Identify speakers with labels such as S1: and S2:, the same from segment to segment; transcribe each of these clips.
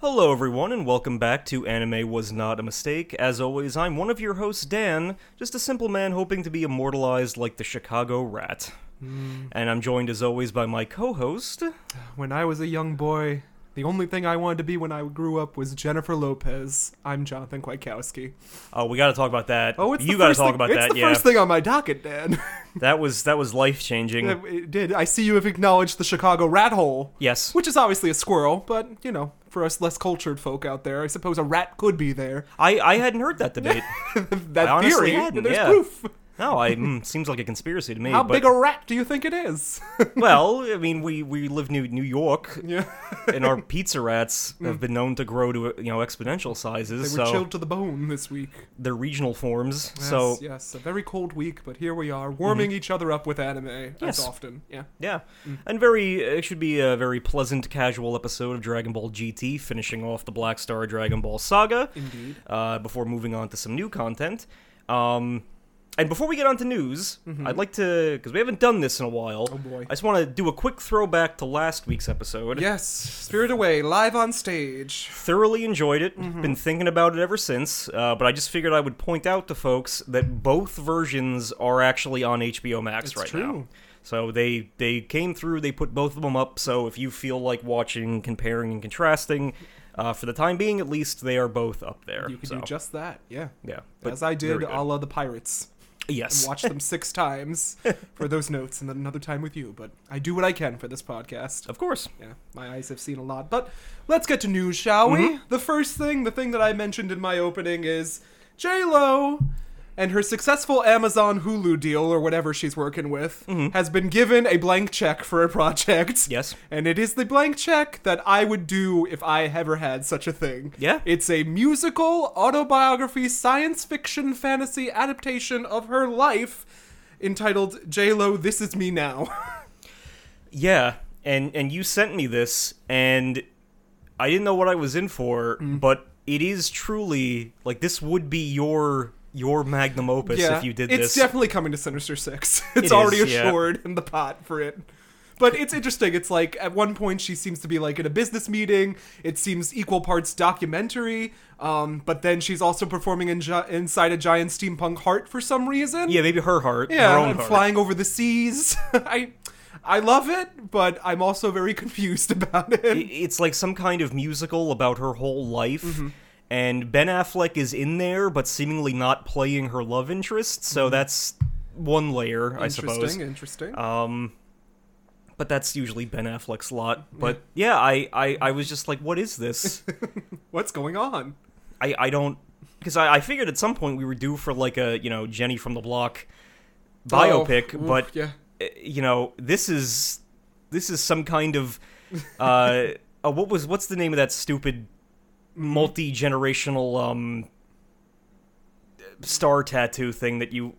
S1: Hello, everyone, and welcome back to Anime Was Not a Mistake. As always, I'm one of your hosts, Dan, just a simple man hoping to be immortalized like the Chicago Rat.
S2: Hmm.
S1: And I'm joined, as always, by my co host.
S2: When I was a young boy, the only thing I wanted to be when I grew up was Jennifer Lopez. I'm Jonathan Kwiatkowski.
S1: Oh, we gotta talk about that.
S2: Oh, it's
S1: you
S2: the
S1: gotta
S2: first
S1: talk
S2: thing,
S1: about
S2: it's
S1: that,
S2: the
S1: yeah.
S2: first thing on my docket, Dan.
S1: That was that was life changing.
S2: it did. I see you have acknowledged the Chicago rat hole,
S1: Yes.
S2: which is obviously a squirrel, but you know, for us less cultured folk out there, I suppose a rat could be there.
S1: I, I hadn't heard that debate.
S2: that
S1: I honestly
S2: theory,
S1: hadn't,
S2: there's
S1: yeah.
S2: proof.
S1: No, I mm, seems like a conspiracy to me.
S2: How
S1: but,
S2: big a rat do you think it is?
S1: well, I mean, we we live New New York,
S2: yeah,
S1: and our pizza rats have been known to grow to you know exponential
S2: Hmm. they were
S1: sizes. so
S2: chilled to the bone this week.
S1: they're regional forms.
S2: Yes,
S1: so Mm-hmm.
S2: yes, a very cold week, but here we are, warming each other up with anime
S1: Yes.
S2: as often. Yeah.
S1: Yeah,
S2: Mm.
S1: and very uh, it should be a very pleasant, casual episode of Dragon Ball GT, finishing off the Black Star Dragon Ball saga.
S2: Indeed.
S1: Uh, before moving on to some new content, um, and before we get on to news, I'd like to because we haven't done this in a while.
S2: Mm-hmm. Oh, boy.
S1: I just want to do a quick throwback to last week's episode.
S2: Yes, Spirit Away live on stage.
S1: Thoroughly enjoyed it.
S2: Mm-hmm.
S1: Been thinking about it ever since. Uh, but I just figured I would point out to folks that both versions are actually on HBO Max
S2: It's
S1: right
S2: true.
S1: now. So they they came through. They put both of them up. So if you feel like watching, comparing, and contrasting, uh, for the time being at least, they are both up there.
S2: You can
S1: so,
S2: do just that. Yeah.
S1: yeah.
S2: as I
S1: very
S2: did
S1: good.
S2: a la the pirates and
S1: yes.
S2: watched them six times for those notes and then another time with you. But I do what I can for this podcast.
S1: Of course.
S2: Yeah, my eyes have seen a lot. But let's get to news, shall
S1: Mm-hmm.
S2: we? The first thing, the thing that I mentioned in my opening is J Lo and her successful Amazon Hulu deal or whatever she's working with has been given a blank check for a project.
S1: Mm-hmm. Yes.
S2: And it is the blank check that I would do if I ever had such a thing.
S1: Yeah.
S2: It's a musical, autobiography, science fiction, fantasy adaptation of her life entitled J-Lo, This Is Me Now.
S1: Yeah, and and you sent me this, and I didn't know what I was in for,
S2: Mm.
S1: but it is truly like this would be your your magnum opus if you did
S2: it's
S1: this.
S2: definitely coming to Sinister Six. It's
S1: is,
S2: already
S1: yeah.
S2: assured in the pot for it. But it's interesting. It's like at one point she seems to be like in a business meeting. It seems equal parts documentary. Um, but then she's also performing in gi- inside a giant steampunk heart for some reason.
S1: yeah, maybe her heart,
S2: yeah,
S1: her own
S2: and
S1: heart.
S2: flying over the seas. I, I love it, but I'm also very confused about
S1: I-
S2: it.
S1: It's like some kind of musical about her whole life.
S2: Mm-hmm.
S1: And Ben Affleck is in there, but seemingly not playing her love interest. So that's one layer, I
S2: Mm-hmm. interesting,
S1: suppose.
S2: interesting.
S1: Um, but that's usually Ben Affleck's lot. But yeah, I, I, I was just like, what is this?
S2: What's going on?
S1: I, I don't because I, I figured at some point we were due for like a you know Jenny from the Block biopic,
S2: Oh, oof,
S1: but
S2: yeah,
S1: eh, you know this is this is some kind of uh, uh what was what's the name of that stupid multi generational um star tattoo thing that you.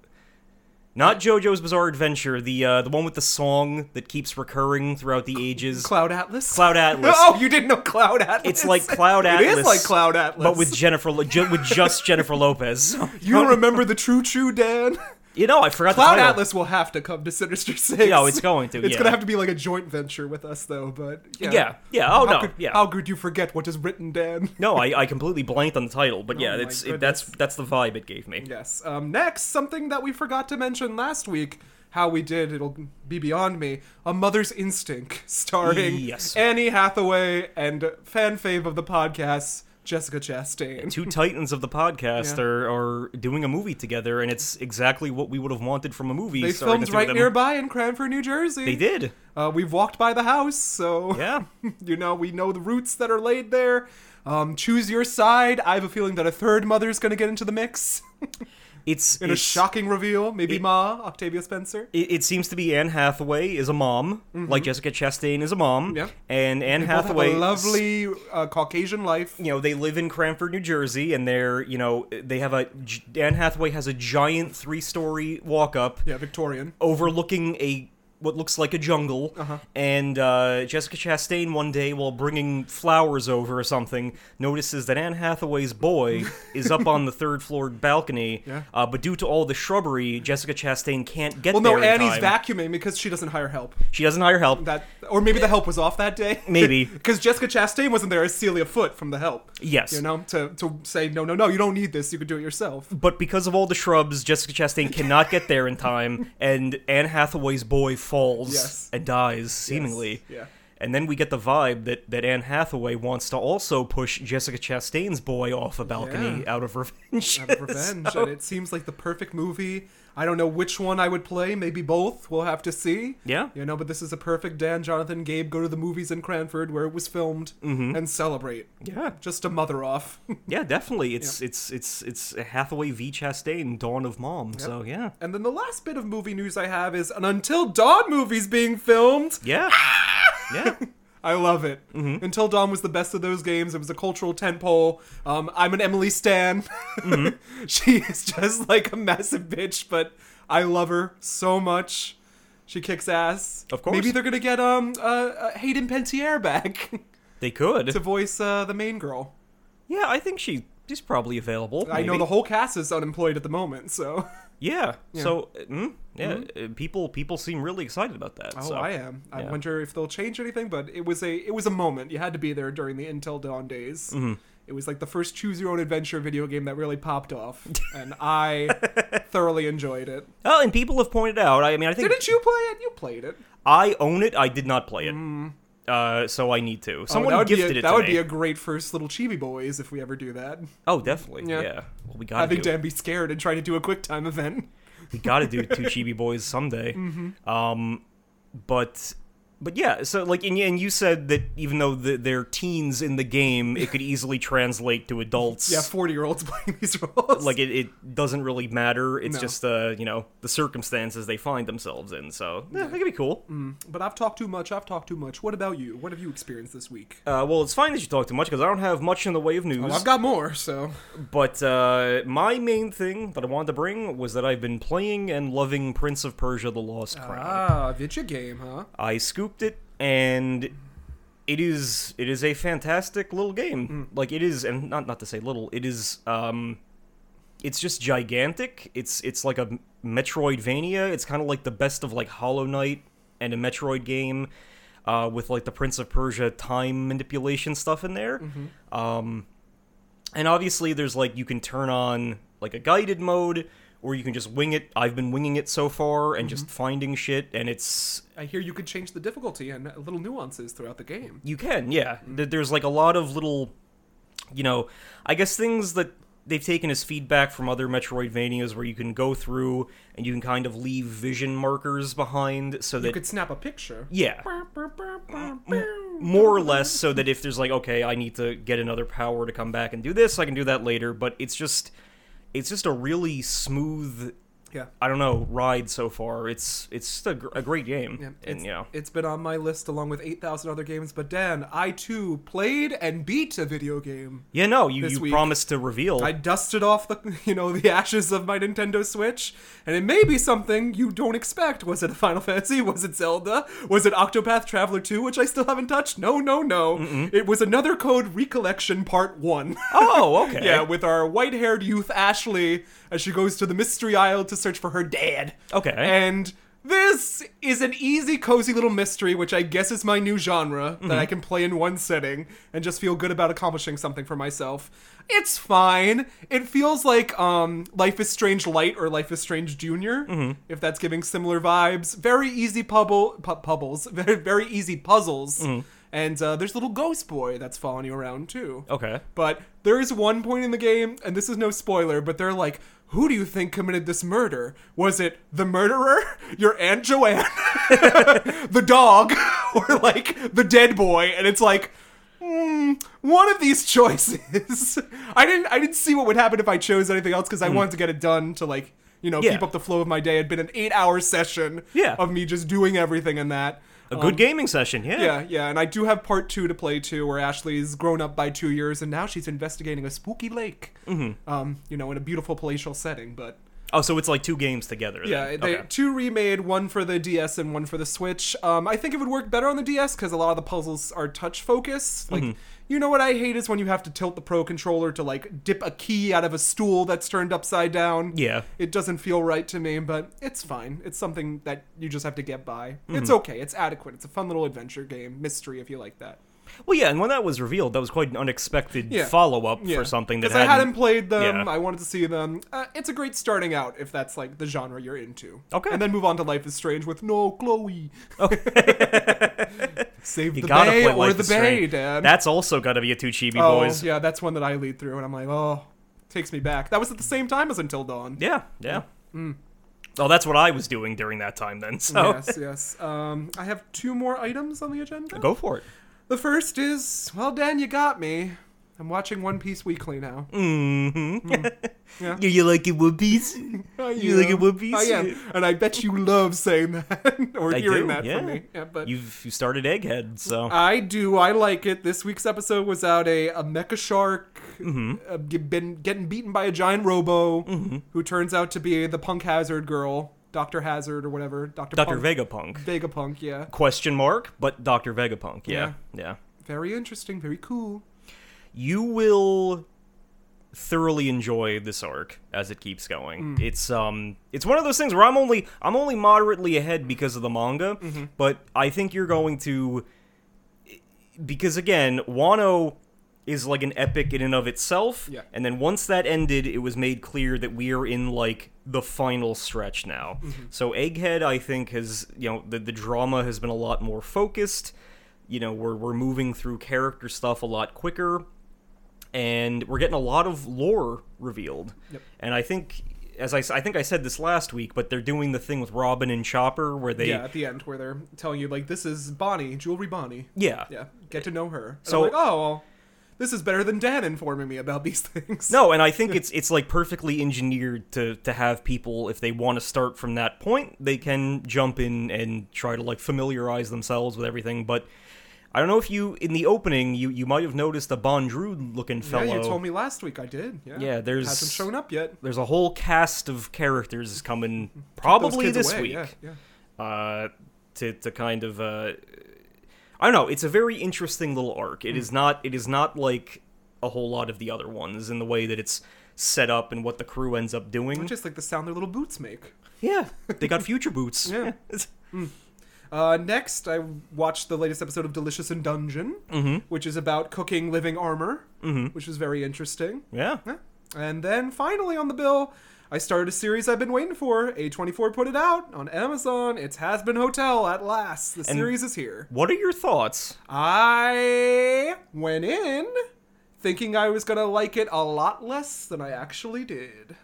S1: Not JoJo's Bizarre Adventure, the uh, the one with the song that keeps recurring throughout the ages.
S2: Cloud Atlas.
S1: Cloud Atlas.
S2: Oh, you didn't know Cloud Atlas.
S1: It's like Cloud
S2: It
S1: Atlas,
S2: is like Cloud Atlas.
S1: but with Jennifer, Lo- ju- with just Jennifer Lopez.
S2: you remember the True True Dan?
S1: You know, I forgot the
S2: Cloud
S1: title.
S2: Atlas will have to come to Sinister Six.
S1: No, it's going to.
S2: It's
S1: yeah.
S2: gonna have to be like a joint venture with us, though. But yeah,
S1: Yeah. Yeah. Oh
S2: how
S1: no.
S2: Could,
S1: yeah.
S2: How could you forget what is written, Dan?
S1: no, I, I completely blanked on the title, but yeah,
S2: Oh my
S1: it's it, that's that's the vibe it gave me.
S2: Yes. Um, next, something that we forgot to mention last week. How we did, it'll be beyond me. A Mother's Instinct, starring
S1: Yes.
S2: Annie Hathaway and fan fave of the podcast, Jessica Chastain.
S1: Two titans of the podcast
S2: Yeah.
S1: are, are doing a movie together, and it's exactly what we would have wanted from a movie.
S2: They
S1: starring the
S2: filmed
S1: two of
S2: right
S1: them.
S2: nearby in Cranford, New Jersey.
S1: They did.
S2: Uh, we've walked by the house, so
S1: Yeah.
S2: you know we know the roots that are laid there. Um, choose your side. I have a feeling that a third mother's going to get into the mix
S1: It's
S2: in a
S1: it's-
S2: shocking reveal. Maybe
S1: it-
S2: Ma Octavia Spencer.
S1: It, it seems to be Anne Hathaway is a mom, like Jessica Chastain is a mom,
S2: Yeah.
S1: and Anne
S2: Mm-hmm. Both have a
S1: Hathaway
S2: lovely uh, Caucasian life.
S1: you know they live in Cranford, New Jersey, and they're you know they have a G- Anne Hathaway has a giant three story walk up
S2: Yeah, Victorian.
S1: overlooking a what looks like a jungle,
S2: Uh-huh.
S1: and uh, Jessica Chastain one day while bringing flowers over or something notices that Anne Hathaway's boy is up on the third floor balcony,
S2: Yeah.
S1: uh, but due to all the shrubbery, Jessica Chastain can't get
S2: Well,
S1: there.
S2: no,
S1: in
S2: Annie's
S1: time.
S2: vacuuming because she doesn't hire help.
S1: She doesn't hire help.
S2: That Or maybe the help was off that day.
S1: Maybe.
S2: Because Jessica Chastain wasn't there as Celia Foot from the help.
S1: Yes.
S2: You know, to, to say, no, no, no, you don't need this. You can do it yourself.
S1: But because of all the shrubs, Jessica Chastain cannot get there in time, and Anne Hathaway's boy falls
S2: Yes.
S1: and dies, seemingly.
S2: Yes, yeah.
S1: And then we get the vibe that, that Anne Hathaway wants to also push Jessica Chastain's boy off a balcony
S2: Yeah.
S1: out of revenge.
S2: Out of revenge.
S1: So-
S2: And it seems like the perfect movie. I don't know which one I would play. Maybe both. We'll have to see.
S1: Yeah.
S2: You know, but this is a perfect Dan, Jonathan, Gabe go to the movies in Cranford where it was filmed
S1: Mm-hmm.
S2: and celebrate.
S1: Yeah.
S2: Just a mother off.
S1: Yeah, definitely. It's it's it's it's Hathaway v. Chastain, Dawn of Mom. So yeah,
S2: and then the last bit of movie news I have is an Until Dawn movie's being filmed.
S1: yeah, yeah.
S2: I love it.
S1: Mm-hmm.
S2: Until Dawn was the best of those games. It was a cultural tentpole. Um, I'm an Emily Stan.
S1: Mm-hmm.
S2: she is just like a massive bitch, but I love her so much. She kicks ass.
S1: Of course.
S2: Maybe they're gonna get um uh, uh, Hayden Pantier back
S1: They could.
S2: to voice uh, the main girl.
S1: Yeah, I think she she's probably available.
S2: I know
S1: maybe.
S2: the whole cast is unemployed at the moment, so
S1: Yeah. So uh, mm, yeah, uh, people people seem really excited about that.
S2: Mm-hmm. oh,
S1: so.
S2: I am. I
S1: yeah.
S2: wonder if they'll change anything, but it was a it was a moment. You had to be there during the Until Dawn days.
S1: Mm-hmm.
S2: It was like the first choose your own adventure video game that really popped off, and I thoroughly enjoyed it.
S1: Oh, and people have pointed out. I mean, I think
S2: Didn't you play it? You played it.
S1: I own it. I did not play it. Uh, so I need to. Someone
S2: oh, that would
S1: gifted
S2: be a,
S1: it
S2: That
S1: to
S2: would
S1: me.
S2: be a great first little chibi boys if we ever do that.
S1: Oh, definitely.
S2: Yeah.
S1: Yeah. Well, we gotta
S2: Having
S1: do.
S2: Dan be scared and trying to do a quick time event.
S1: we gotta do two chibi boys someday
S2: Mm-hmm.
S1: um but but yeah so like and, and you said that even though the, they're teens in the game it could easily translate to adults
S2: Yeah, forty year olds playing these roles.
S1: like it, it doesn't really matter it's
S2: No.
S1: just uh you know the circumstances they find themselves in so yeah, that could be cool
S2: but I've talked too much. I've talked too much. What about you? What have you experienced this week?
S1: uh, well it's fine that you talk too much because i don't have much in the way of news
S2: Well, Oh, I've got more, so
S1: but uh, my main thing that i wanted to bring was that i've been playing and loving prince of persia the lost crown
S2: ah, video game, huh?
S1: I scooped it and it is it is a fantastic little game. Like it is and not not to say little, it is um it's just gigantic. It's it's like a Metroidvania. It's kind of like the best of like Hollow Knight and a Metroid game uh, with like the Prince of Persia time manipulation stuff in there. Um and obviously there's like you can turn on like a guided mode or you can just wing it. I've been winging it so far and just finding shit and it's
S2: I hear you could change the difficulty and little nuances throughout the game.
S1: You can, yeah. Th There's like a lot of little, you know, I guess things that they've taken as feedback from other Metroidvanias where you can go through and you can kind of leave vision markers behind so
S2: You
S1: that.
S2: could snap a picture.
S1: yeah. More or less, so that if there's like, okay, I need to get another power to come back and do this, I can do that later. But it's just. It's just a really smooth.
S2: Yeah.
S1: I don't know ride so far. It's it's just a, gr- a great game,
S2: Yeah,
S1: and
S2: it's,
S1: you know
S2: it's been on my list along with 8,000 other games, but Dan, I too played and beat a video game.
S1: yeah no you,
S2: this
S1: you
S2: week-
S1: promised to reveal
S2: I dusted off the, you know, the ashes of my Nintendo Switch, and it may be something you don't expect. Was it Final Fantasy? Was it Zelda? Was it Octopath Traveler 2, which I still haven't touched? No, no, no. It was another Code Recollection Part 1.
S1: oh okay
S2: Yeah, with our white haired youth Ashley as she goes to the mystery aisle to search for her dad.
S1: Okay.
S2: And this is an easy, cozy little mystery, which I guess is my new genre that I
S1: Mm-hmm.
S2: can play in one sitting and just feel good about accomplishing something for myself. It's fine. It feels like um, Life is Strange Light or Life is Strange junior
S1: Mm-hmm.
S2: if that's giving similar vibes. Very easy pubble, pu- pubbles, very, very easy puzzles.
S1: Mm-hmm.
S2: And uh, there's a little ghost boy that's following you around too.
S1: okay
S2: But there is one point in the game, and this is no spoiler, but they're like, who do you think committed this murder? Was it the murderer, your Aunt Joanne, the dog, or like the dead boy? And it's like, hmm, one of these choices. I didn't I didn't see what would happen if I chose anything else because I wanted to get it done to like, you know,
S1: Hmm. Yeah.
S2: keep up the flow of my day. It'd been an eight hour session
S1: Yeah.
S2: of me just doing everything in that.
S1: A good gaming session, yeah.
S2: Um, Yeah, yeah, and I do have part two to play too, where Ashley's grown up by two years and now she's investigating a spooky lake. Mm-hmm. Um, you know, in a beautiful palatial setting, but
S1: Oh, so it's like two games together. then.
S2: Yeah, they
S1: Okay.
S2: two remade, one for the DS and one for the Switch. Um, I think it would work better on the DS because a lot of the puzzles are touch focused. Like,
S1: Mm-hmm.
S2: you know what I hate is when you have to tilt the Pro controller to like dip a key out of a stool that's turned upside down.
S1: Yeah.
S2: it doesn't feel right to me, but it's fine. It's something that you just have to get by.
S1: Mm-hmm.
S2: It's okay. It's adequate. It's a fun little adventure game, mystery if you like that.
S1: Well, yeah, and when that was revealed, that was quite an unexpected
S2: Yeah.
S1: follow up
S2: Yeah.
S1: for something that
S2: Because I hadn't
S1: hadn't.
S2: played them.
S1: Yeah.
S2: I wanted to see them. Uh, it's a great starting out if that's like the genre you're into.
S1: Okay.
S2: And then move on to Life is Strange with no Chloe. Save
S1: You
S2: the
S1: gotta
S2: bay
S1: play
S2: or
S1: Life
S2: the
S1: is
S2: bay,
S1: Strange.
S2: Dad.
S1: That's also got to be a two chibi
S2: oh,
S1: boys.
S2: yeah, that's one that I lead through, and I'm like, oh, takes me back. That was at the same time as Until Dawn.
S1: Yeah, yeah. Oh, that's what I was doing during that time then. So
S2: Mm. Yes, yes. Um, I have two more items on the agenda.
S1: go for it.
S2: The first is, well, Dan, you got me. I'm watching One Piece Weekly now.
S1: Mm-hmm.
S2: Mm. Yeah.
S1: you, you like it, One Piece?
S2: I
S1: You like
S2: am.
S1: it, One Piece?
S2: I am, Oh, and I bet you love saying that or
S1: I
S2: hearing
S1: do,
S2: that
S1: yeah.
S2: from me. Yeah, but
S1: You've you started Egghead, so
S2: I do. I like it. This week's episode was out a, a mecha shark
S1: Mm-hmm.
S2: uh, g- been getting beaten by a giant robo who turns out to be the punk hazard girl, Dr. Hazard or whatever. Dr.
S1: Doctor Vegapunk.
S2: Punk, Vegapunk, yeah.
S1: Question mark, but Doctor Vegapunk. Yeah, yeah.
S2: Very interesting, very cool.
S1: You will thoroughly enjoy this arc as it keeps going. It's um it's one of those things where I'm only I'm only moderately ahead because of the manga, but I think you're going to because again, Wano is like an epic in and of itself.
S2: Yeah.
S1: And then once that ended, it was made clear that we are in like the final stretch now. So Egghead, I think, has you know the the drama has been a lot more focused. You know, we're we're moving through character stuff a lot quicker, and we're getting a lot of lore revealed.
S2: Yep.
S1: And I think. As I, s- I think I said this last week, but they're doing the thing with Robin and Chopper where they
S2: yeah, at the end where they're telling you, like, this is Bonnie, Jewelry Bonnie.
S1: yeah
S2: Yeah, get to know her. So,
S1: So-
S2: like, oh, well, this is better than Dan informing me about these things.
S1: No, and I think it's it's like perfectly engineered to to have people if they want to start from that point, they can jump in and try to like familiarize themselves with everything. But I don't know if you in the opening you you might have noticed a Bondrude looking fellow.
S2: Yeah, you told me last week I did. Yeah,
S1: Yeah, there's-
S2: hasn't shown up yet.
S1: There's a whole cast of characters coming
S2: Those
S1: probably
S2: kids
S1: this
S2: away,
S1: week
S2: Yeah, yeah.
S1: uh, to to kind of uh, I don't know. It's a very interesting little arc.
S2: Hmm.
S1: It is not it is not like a whole lot of the other ones in the way that it's set up and what the crew ends up doing.
S2: Just like the sound their little boots make.
S1: Yeah, they got future boots.
S2: Yeah. Uh, next, I watched the latest episode of Delicious in Dungeon,
S1: Mm-hmm.
S2: which is about cooking living armor, which was very interesting.
S1: yeah.
S2: Yeah. And then finally on the bill, I started a series I've been waiting for. A24 put it out on Amazon. It's Has Been Hotel at last. The series is here.
S1: What are your thoughts?
S2: I went in thinking I was going to like it a lot less than I actually did.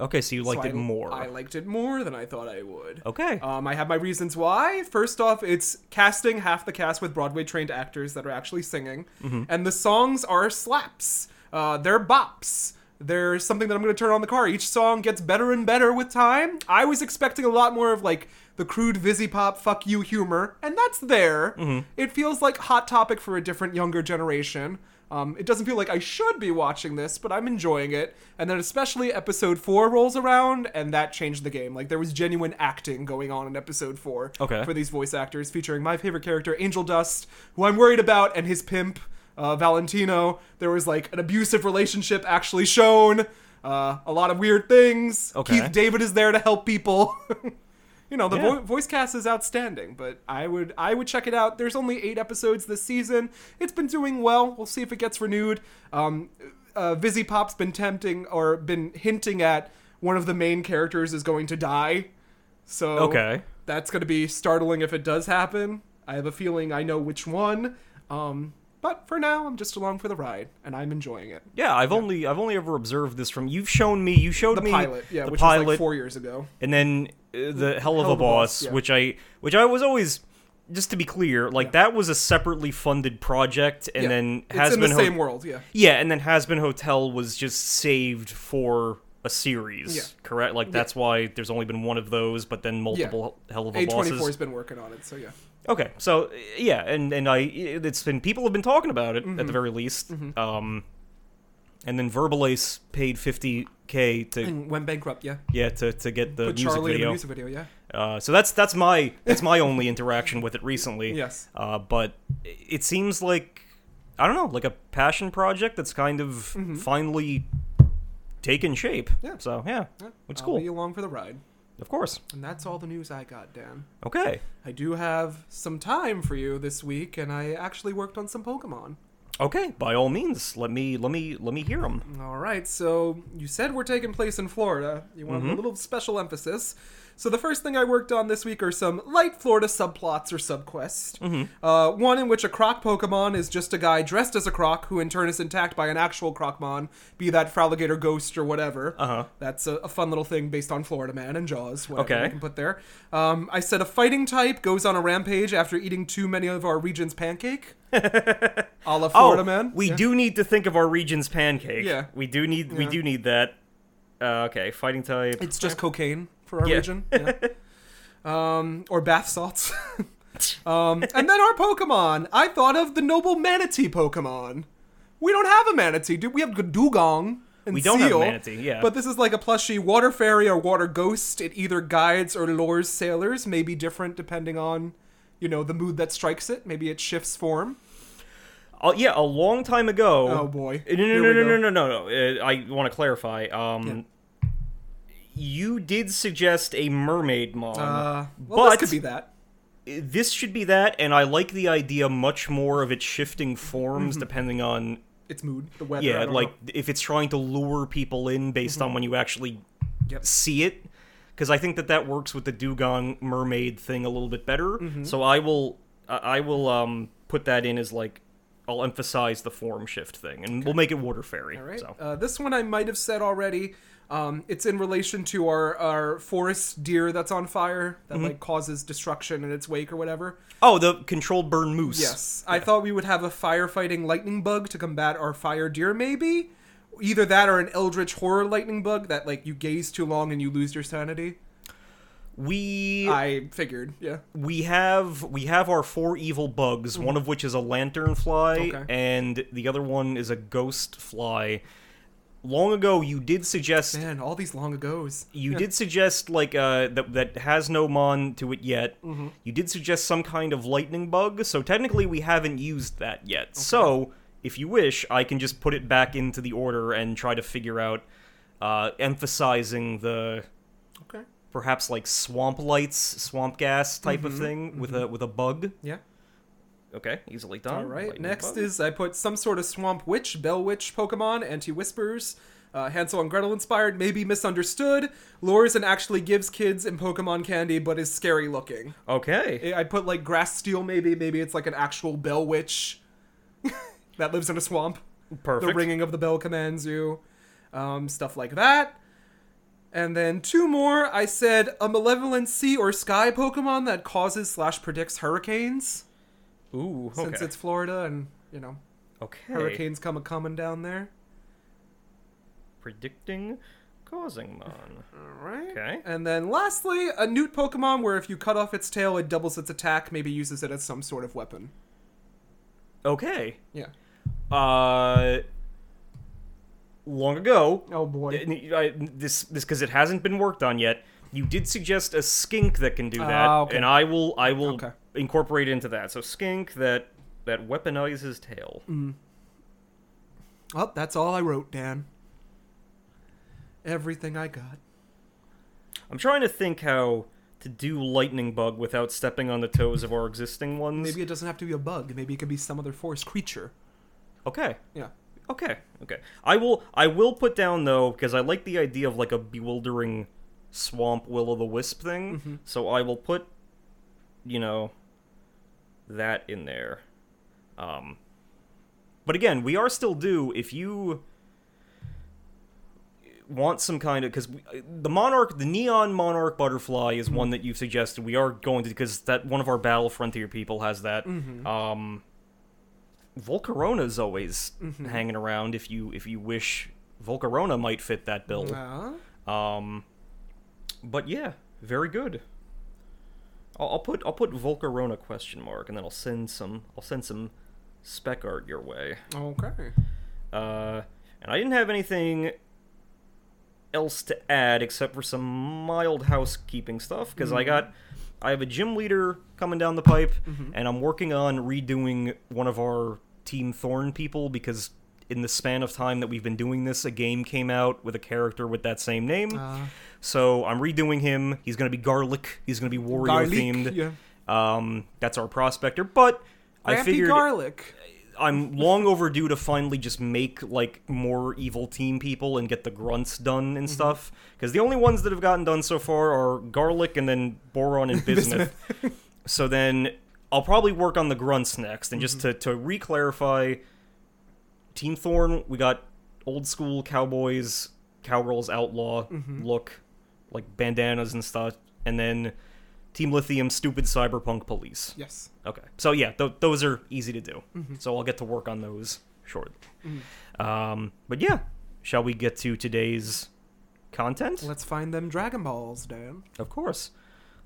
S1: Okay, so you liked
S2: So
S1: it
S2: I-
S1: more.
S2: I liked it more than I thought I would.
S1: okay.
S2: Um, I have my reasons why. First off, it's casting half the cast with Broadway trained actors that are actually singing,
S1: Mm-hmm.
S2: and the songs are slaps. Uh, they're bops. They're something that I'm going to turn on the car. Each song gets better and better with time. I was expecting a lot more of like the crude Vizzy Pop fuck you humor, and that's there.
S1: Mm-hmm.
S2: It feels like hot topic for a different younger generation. Um, it doesn't feel like I should be watching this, but I'm enjoying it. And then, especially episode four rolls around, and that changed the game. Like there was genuine acting going on in episode four
S1: Okay.
S2: for these voice actors, featuring my favorite character, Angel Dust, who I'm worried about, and his pimp, uh, Valentino. There was like an abusive relationship actually shown. Uh, a lot of weird things.
S1: Okay.
S2: Keith David is there to help people. you know the
S1: Yeah.
S2: vo- voice cast is outstanding but i would i would check it out there's only eight episodes this season it's been doing well we'll see if it gets renewed um uh vizzy pop's been tempting or been hinting at one of the main characters is going to die so
S1: Okay.
S2: that's going to be startling if it does happen i have a feeling i know which one um but for now i'm just along for the ride and i'm enjoying it
S1: yeah, I've only I've only ever observed this from you've shown me you showed
S2: the
S1: me
S2: pilot yeah
S1: the
S2: which
S1: pilot
S2: was like four years ago
S1: and then uh, the hell of
S2: Hell
S1: a boss, which I which I was always just to be clear, like that was a separately funded project and
S2: Yeah.
S1: then
S2: It's
S1: has
S2: in
S1: been
S2: the
S1: Ho-
S2: same world yeah
S1: Yeah, and then Has Been Hotel was just saved for a series,
S2: Yeah.
S1: correct? Like that's why there's only been one of those, but then multiple hell of a bosses.
S2: a24 has been working on it so yeah
S1: Okay, so
S2: Mm-hmm.
S1: yeah, and and I it's been people have been talking about it at the very least. Um, and then Verbal Ace paid 50k to
S2: And went bankrupt, yeah.
S1: yeah to, to get the
S2: Put
S1: music
S2: Charlie in the
S1: video.
S2: music video, yeah.
S1: Uh, so that's that's my that's my only interaction with it recently.
S2: Yes.
S1: Uh, but it seems like I don't know, like a passion project that's kind of finally taken shape.
S2: Mm-hmm. Yeah.
S1: So yeah,
S2: Yeah,
S1: which is
S2: I'll
S1: cool.
S2: Be along for the ride.
S1: Of course.
S2: And that's all the news I got, Dan.
S1: Okay.
S2: I do have some time for you this week, and I actually worked on some Pokemon.
S1: Okay. By all means, let me let me let me hear them.
S2: All right, so you said we're taking place in Florida. You want
S1: Mm-hmm.
S2: a little special emphasis. So the first thing I worked on this week are some light Florida subplots or subquests.
S1: Mm-hmm.
S2: Uh, one in which a croc Pokemon is just a guy dressed as a croc who in turn is attacked by an actual crocmon, be that Fraligator Ghost or whatever.
S1: Uh huh.
S2: That's a, a fun little thing based on Florida Man and Jaws. Whatever
S1: Okay.
S2: we can put there. Um, I said a fighting type goes on a rampage after eating too many of our region's pancake. a la Florida Man.
S1: Oh, we
S2: Yeah.
S1: do need to think of our region's pancake.
S2: Yeah.
S1: We do need we
S2: Yeah.
S1: do need that. Uh, okay, fighting type.
S2: It's just cocaine for our
S1: Yeah.
S2: region. Yeah. um, or bath salts. um, and then our Pokemon. I thought of the noble manatee Pokemon. We don't have a manatee, do we? Have dugong. And
S1: We don't have a
S2: seal,
S1: manatee, yeah.
S2: But this is like a plushy water fairy or water ghost. It either guides or lures sailors, may be different depending on, you know, the mood that strikes it. Maybe it shifts form.
S1: Uh, yeah, a long time ago.
S2: Oh, boy.
S1: Uh, No, no,
S2: Here we
S1: no, no, no, no,
S2: go.
S1: no, no. Uh, I want to clarify. Um, you did suggest a mermaid mom,
S2: Uh, well,
S1: Um, but
S2: this could be that.
S1: this should be that, and I like the idea much more of it shifting forms depending on
S2: It's mood, the weather. Mm-hmm. I
S1: yeah,
S2: don't
S1: like
S2: know. Mm-hmm.
S1: if it's trying to lure people in based on when you actually
S2: Yep.
S1: see it. Because I think that that works with the dugong mermaid thing a little bit better.
S2: Mm-hmm.
S1: So I will, I- I will um, put that in as like, I'll emphasize the form shift thing, and we'll make it water fairy.
S2: All right.
S1: So
S2: Uh, this one I might have said already. Um, it's in relation to our, our forest deer that's on fire that like causes destruction in its wake or whatever.
S1: oh, the controlled burn moose.
S2: Yes, I thought we would have a firefighting lightning bug to combat our fire deer, maybe. Either that or an eldritch horror lightning bug that like you gaze too long and you lose your sanity.
S1: we
S2: I figured, yeah.
S1: we have we have our four evil bugs. One of which is a lantern fly,
S2: Mm-hmm. Okay.
S1: and the other one is a ghost fly. Long ago, you did suggest
S2: Man, all these long ago's.
S1: You did suggest like uh, that that has no mon to it yet. You did suggest some kind of lightning bug, so technically we haven't used that yet. So if you wish, I can just put it back into the order and try to figure out uh, emphasizing the
S2: Okay.
S1: perhaps like swamp lights, swamp gas type of thing with a with a bug.
S2: Yeah.
S1: Mm-hmm. Okay, easily done.
S2: All right.
S1: Lightning
S2: Next
S1: bug.
S2: is I put some sort of swamp witch, bell witch Pokemon, anti whispers, uh, Hansel and Gretel inspired, maybe misunderstood, lures and actually gives kids in Pokemon candy, but is scary looking.
S1: okay.
S2: I I put like grass steel, maybe. Maybe it's like an actual bell witch that lives in a swamp.
S1: Perfect.
S2: The ringing of the bell commands you, um, stuff like that. And then two more. I said a malevolent sea or sky Pokemon that causes slash predicts hurricanes
S1: Ooh. Okay.
S2: since it's Florida and you know
S1: okay.
S2: hurricanes come a coming down there.
S1: Predicting, causing mon.
S2: All right.
S1: Okay.
S2: And then lastly, a newt Pokemon where if you cut off its tail, it doubles its attack, maybe uses it as some sort of weapon.
S1: Okay.
S2: Yeah.
S1: uh, long ago.
S2: Oh boy.
S1: n- I- This this because it hasn't been worked on yet. You did suggest a skink that can do that,
S2: Ah, okay.
S1: and I will I will
S2: Okay.
S1: incorporate into that. So skink that that weaponizes tail.
S2: Mm. Well, Oh, that's all I wrote, Dan. Everything I got.
S1: I'm trying to think how to do lightning bug without stepping on the toes of our existing ones.
S2: Maybe it doesn't have to be a bug. Maybe it could be some other forest creature.
S1: Okay.
S2: Yeah.
S1: Okay, okay. I will I will put down though because I like the idea of like a bewildering swamp will o' the wisp thing.
S2: Mm-hmm.
S1: So I will put you know that in there. Um but again, we are still due if you want some kind of because the monarch the neon monarch butterfly is one that you've suggested we are going to because that one of our battle frontier people has that um Volcarona's always hanging around if you if you wish Volcarona might fit that bill.
S2: Uh,
S1: Um but yeah, very good. I'll, I'll put I'll put Volcarona question mark and then I'll
S2: Uh,
S1: send some I'll send some spec art your way.
S2: okay.
S1: Uh And I didn't have anything else to add except for some mild housekeeping stuff because
S2: Mm-hmm.
S1: I got I have a gym leader coming down the pipe
S2: Mm-hmm.
S1: and I'm working on redoing one of our team Thorn people because in the span of time that we've been doing this a game came out with a character with that same name.
S2: Ah.
S1: so I'm redoing him. He's going to be garlic. He's going to be Wario
S2: Garlic,
S1: themed.
S2: yeah.
S1: Um that's our prospector, but I
S2: Grampy
S1: figured
S2: garlic.
S1: I'm long overdue to finally just make like more evil team people and get the grunts done and stuff. Because the only ones that have gotten done so far are Garlic and then Boron and Bismuth. so then I'll probably work on the grunts next. And just to, to re clarify Team Thorn, we got old school cowboys, cowgirls, outlaw look, like bandanas and stuff. And then Team Lithium, stupid cyberpunk police.
S2: Yes.
S1: Okay. So yeah, th- those are easy to do. So I'll get to work on those shortly. Um, but yeah, shall we get to today's content?
S2: Let's find them Dragon Balls, Dan.
S1: of course.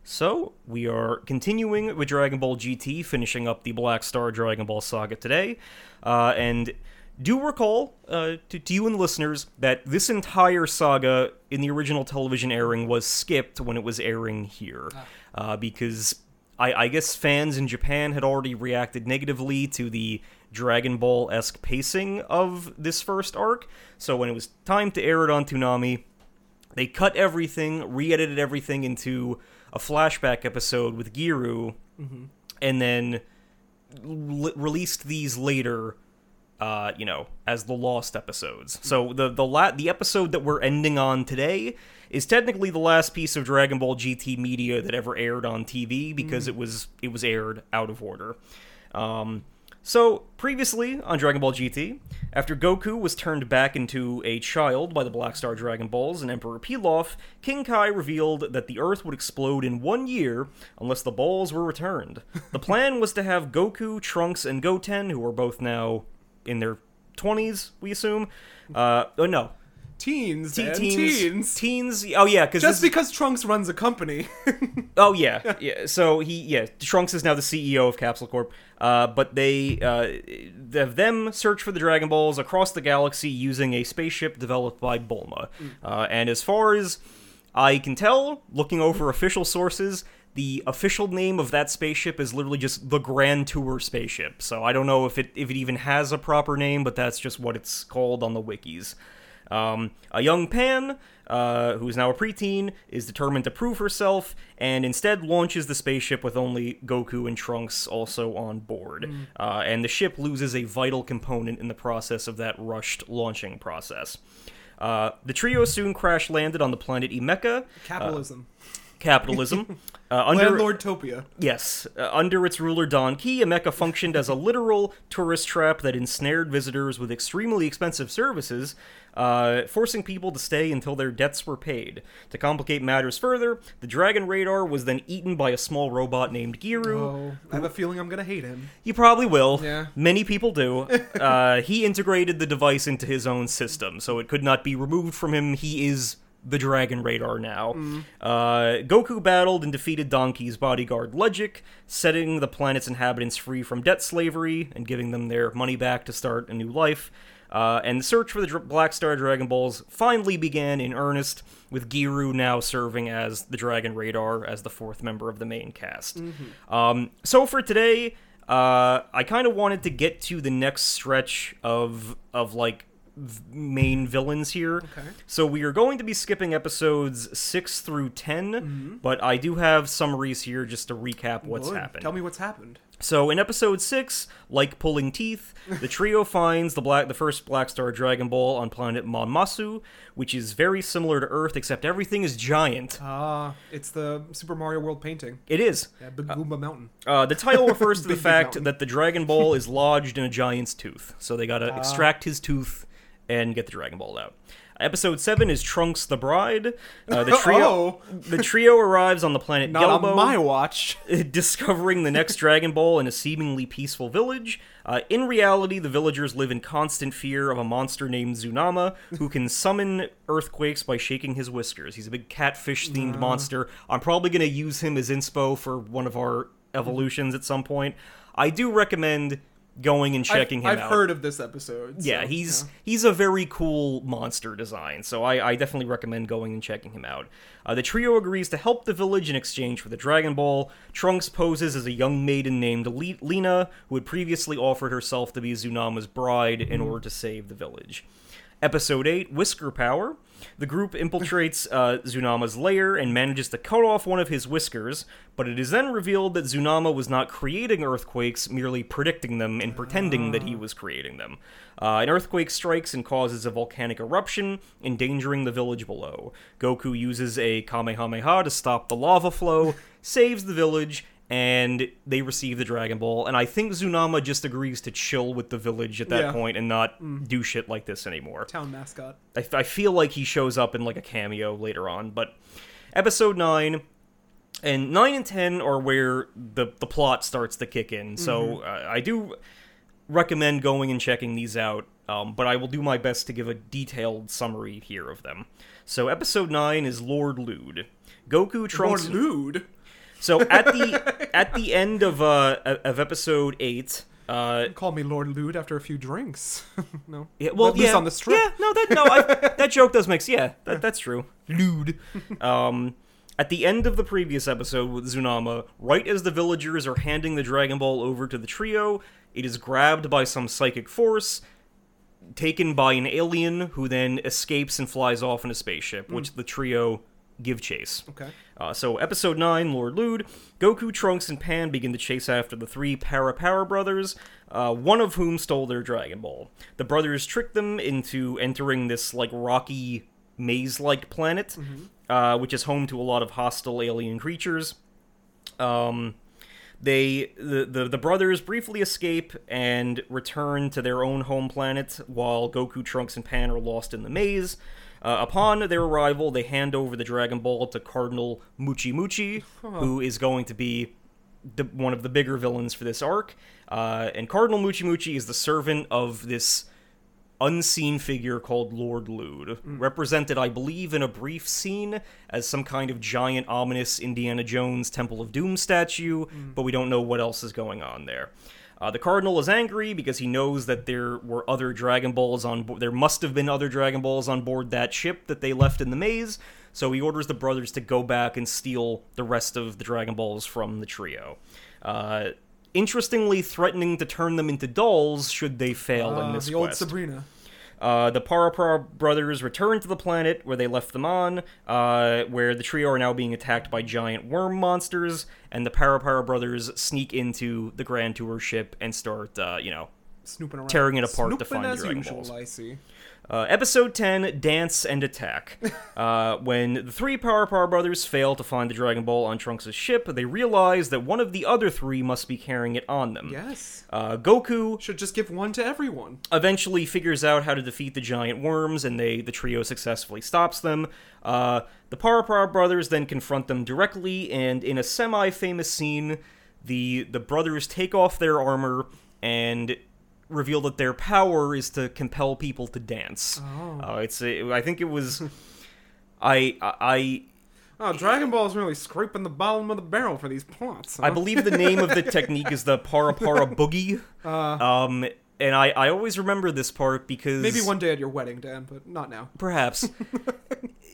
S1: So we are continuing with Dragon Ball GT, finishing up the Black Star Dragon Ball saga today, uh, and. Do recall uh, to, to you and listeners that this entire saga in the original television airing was skipped when it was airing here, uh, because I, I guess fans in Japan had already reacted negatively to the Dragon Ball esque pacing of this first arc. So when it was time to air it on Toonami, they cut everything, re edited everything into a flashback episode with Giru, and then l- released these later. Uh, you know, as the lost episodes. So the the la- the episode that we're ending on today is technically the last piece of Dragon Ball GT media that ever aired on TV because it was it was aired out of order. Um, so previously on Dragon Ball GT, after Goku was turned back into a child by the Black Star Dragon Balls and Emperor Pilaf, King Kai revealed that the Earth would explode in one year unless the balls were returned. The plan was to have Goku, Trunks, and Goten, who are both now in their 20s, we assume. Uh, oh no,
S2: Teens,
S1: Te-
S2: Dan.
S1: teens,
S2: teens.
S1: teens. Oh yeah, because
S2: Just because Trunks runs a company.
S1: Oh yeah, yeah. So he yeah, Trunks is now the CEO of Capsule Corp. Uh, but they uh, have them search for the Dragon Balls across the galaxy using a spaceship developed by Bulma. Uh, and as far as I can tell, looking over official sources, the official name of that spaceship is literally just the Grand Tour spaceship. So I don't know if it if it even has a proper name, but that's just what it's called on the wikis. Um, a young Pan, uh, who is now a preteen, is determined to prove herself and instead launches the spaceship with only Goku and Trunks also on board. Uh, and the ship loses a vital component in the process of that rushed launching process. Uh, the trio soon crash landed on the planet Emeka,
S2: Capitalism.
S1: Uh, capitalism. uh, under,
S2: Landlord Topia.
S1: Yes, uh, under its ruler Don Key, Emeka functioned as a literal tourist trap that ensnared visitors with extremely expensive services, uh, forcing people to stay until their debts were paid. To complicate matters further, the Dragon Radar was then eaten by a small robot named Giru.
S2: Oh, I have a feeling I'm gonna hate him.
S1: You probably will.
S2: Yeah.
S1: Many people do. uh, he integrated the device into his own system, so it could not be removed from him. He is the Dragon Radar now. Uh, Goku battled and defeated Donkey's bodyguard Legic, setting the planet's inhabitants free from debt slavery and giving them their money back to start a new life. Uh, and the search for the Dr- Black Star Dragon Balls finally began in earnest, with Giru now serving as the Dragon Radar as the fourth member of the main cast. Um, so for today, uh, I kind of wanted to get to the next stretch of of like v- main villains here.
S2: Okay.
S1: So we are going to be skipping episodes six through 10
S2: Mm-hmm.
S1: but I do have summaries here just to recap what's
S2: Lord,
S1: happened.
S2: Tell me what's happened.
S1: So in episode six, like pulling teeth, the trio finds the black the first Black Star Dragon Ball on planet Monmasu, which is very similar to Earth, except everything is giant.
S2: Ah, it's the Super Mario World painting.
S1: It is.
S2: Yeah, Big Goomba Mountain.
S1: Uh, the title refers to the
S2: Big
S1: fact
S2: mountain.
S1: that the Dragon Ball is lodged in a giant's tooth, so they gotta
S2: Ah.
S1: extract his tooth and get the Dragon Ball out. Episode seven is Trunks the Bride. Uh, the trio
S2: Oh.
S1: the trio arrives on the planet
S2: Not
S1: Gelbo.
S2: on my watch.
S1: discovering the next Dragon Ball in a seemingly peaceful village. Uh, in reality, the villagers live in constant fear of a monster named Zunama, who can summon earthquakes by shaking his whiskers. He's a big catfish themed monster. I'm probably going to use him as inspo for one of our evolutions at some point. I do recommend going and checking
S2: I've,
S1: him
S2: I've
S1: out.
S2: heard of this episode. so,
S1: yeah, he's he's a very cool monster design, so I, I definitely recommend going and checking him out. Uh, the trio agrees to help the village in exchange for the Dragon Ball. Trunks poses as a young maiden named Le- Lena, who had previously offered herself to be Zunama's bride in order to save the village. Episode 8 Whisker Power. The group infiltrates uh, Zunama's lair and manages to cut off one of his whiskers, but it is then revealed that Zunama was not creating earthquakes, merely predicting them and pretending that he was creating them. Uh, an earthquake strikes and causes a volcanic eruption, endangering the village below. Goku uses a Kamehameha to stop the lava flow, saves the village, and they receive the Dragon Ball. And I think Zunama just agrees to chill with the village at that
S2: Yeah.
S1: point point and not do shit like this anymore.
S2: town mascot.
S1: I, I feel like he shows up in like a cameo later on, but episode nine and nine and ten are where the the plot starts to kick in. So uh, I do recommend going and checking these out. Um, but I will do my best to give a detailed summary here of them. So episode nine is Lord Lude. Goku,
S2: Or
S1: Trunks,
S2: lewd.
S1: so at the at the end of uh of episode eight, uh,
S2: Call me Lord Lude after a few drinks. no.
S1: Yeah, well,
S2: At least
S1: yeah,
S2: on the strip.
S1: Yeah, no, that no, I, that joke does make s- yeah, that, that's true. Lewd. Um, at the end of the previous episode with Zunama, right as the villagers are handing the Dragon Ball over to the trio, it is grabbed by some psychic force, taken by an alien who then escapes and flies off in a spaceship, which the trio give chase.
S2: Mm. Okay.
S1: Uh, so, episode 9, Lord Lude, Goku, Trunks, and Pan begin to chase after the three Para Para brothers, uh, one of whom stole their Dragon Ball. The brothers trick them into entering this, like, rocky, maze like planet, uh, which is home to a lot of hostile alien creatures. Um, they the, the the brothers briefly escape and return to their own home planet while Goku, Trunks, and Pan are lost in the maze. Uh, upon their arrival, they hand over the Dragon Ball to Cardinal Muchi Muchi, who is going to be the, one of the bigger villains for this arc. Uh, and Cardinal Muchi Muchi is the servant of this unseen figure called Lord Lude,
S2: Mm.
S1: represented, I believe, in a brief scene as some kind of giant, ominous Indiana Jones Temple of Doom statue,
S2: Mm.
S1: but we don't know what else is going on there. Uh, the Cardinal is angry because he knows that there were other Dragon Balls on board. There must have been other Dragon Balls on board that ship that they left in the maze, so he orders the brothers to go back and steal the rest of the Dragon Balls from the trio. Uh, interestingly, threatening to turn them into dolls should they fail
S2: Ah,
S1: in this
S2: the old
S1: quest.
S2: Sabrina.
S1: Uh, the Parapara brothers return to the planet where they left them on, uh, where the trio are now being attacked by giant worm monsters, and the Parapara brothers sneak into the Grand Tour ship and start, uh, you know.
S2: Snooping around.
S1: Tearing it apart to
S2: Snooping
S1: find
S2: as
S1: Dragon
S2: usual,
S1: Balls.
S2: I see.
S1: Uh, episode 10 Dance and Attack. Uh, when the three Parapara brothers fail to find the Dragon Ball on Trunks' ship, they realize that one of the other three must be carrying it on them.
S2: Yes.
S1: Uh, Goku,
S2: Should just give one to everyone.
S1: eventually figures out how to defeat the giant worms, and they the trio successfully stops them. Uh, the Parapara brothers then confront them directly, and in a semi-famous scene, the the brothers take off their armor and reveal that their power is to compel people to dance.
S2: Oh.
S1: Uh, it's a, I think it was. I, I
S2: Oh, Dragon Ball is really scraping the bottom of the barrel for these plots.
S1: I
S2: huh?
S1: believe the name of the technique is the Parapara Boogie,
S2: Uh,
S1: um, and I, I always remember this part because
S2: maybe one day at your wedding, Dan, but not now.
S1: perhaps.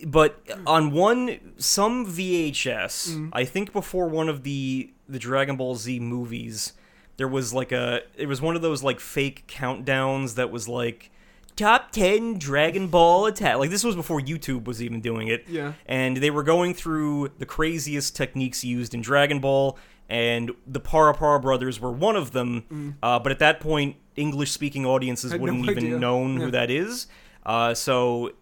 S1: but on one some VHS,
S2: Mm-hmm.
S1: I think before one of the the Dragon Ball Z movies, there was like a it was one of those like fake countdowns that was like top 10 Dragon Ball attack. Like this was before YouTube was even doing it.
S2: Yeah.
S1: And they were going through the craziest techniques used in Dragon Ball and the Parapara brothers were one of them. Uh, but at that point English speaking audiences
S2: Mm. Had no
S1: wouldn't even
S2: idea.
S1: known
S2: Yeah.
S1: who that is. Uh, so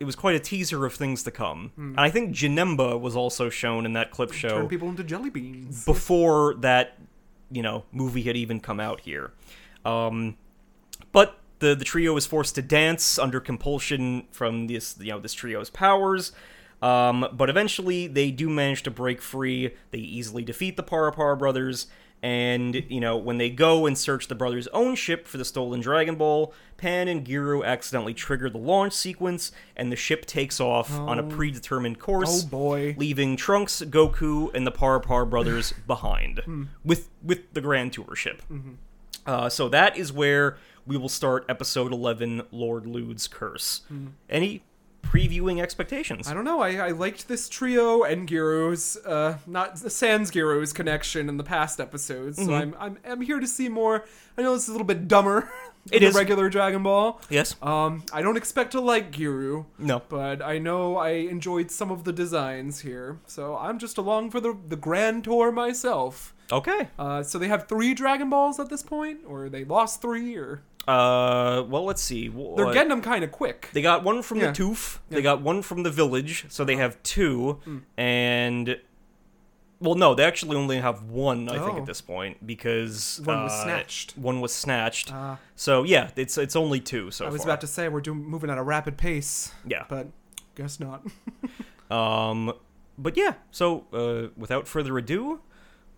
S1: it was quite a teaser of things to come. And I think Janemba was also shown in that clip
S2: Hmm. Turn
S1: show
S2: people into jelly beans.
S1: before that, you know, movie had even come out here. Um, but the the trio is forced to dance under compulsion from this you know this trio's powers. Um, but eventually they do manage to break free. They easily defeat the Parapara brothers. And, you know, when they go and search the brothers' own ship for the stolen Dragon Ball, Pan and Giru accidentally trigger the launch sequence, and the ship takes off on a predetermined
S2: oh
S1: course
S2: boy.
S1: leaving Trunks,
S2: Hmm. Mm-hmm.
S1: Goku, and the Parapar brothers behind with with the Grand Tour ship. Uh, so that is where we will start episode 11 Lord Lude's Curse. Any previewing expectations?
S2: Mm-hmm. I don't know. I, I liked this trio and Giro's, uh, not Sans Giro's connection in the past episodes. So
S1: Mm-hmm.
S2: I'm, I'm I'm here to see more. I know this is a little bit dumber than
S1: It
S2: the
S1: is.
S2: regular Dragon Ball.
S1: Yes?
S2: Um, I don't expect to like Giru,
S1: No.
S2: but I know I enjoyed some of the designs here. So I'm just along for the the grand tour myself.
S1: Okay.
S2: Uh, so they have three Dragon Balls at this point, or they lost three, or
S1: Uh, well, let's see. Wh-
S2: they're getting them kind of quick.
S1: They got one from
S2: Yeah. Uh-huh. Hmm.
S1: the Toof. They got one from the village. So they have two, and well, no, they actually only have one. I think
S2: Oh.
S1: at this point because
S2: One was
S1: uh,
S2: snatched.
S1: One was snatched.
S2: Ah.
S1: so yeah, it's it's only two so
S2: I was
S1: far.
S2: about to say we're doing moving at a rapid pace,
S1: yeah.
S2: but guess not.
S1: Um, but yeah. So uh, without further ado,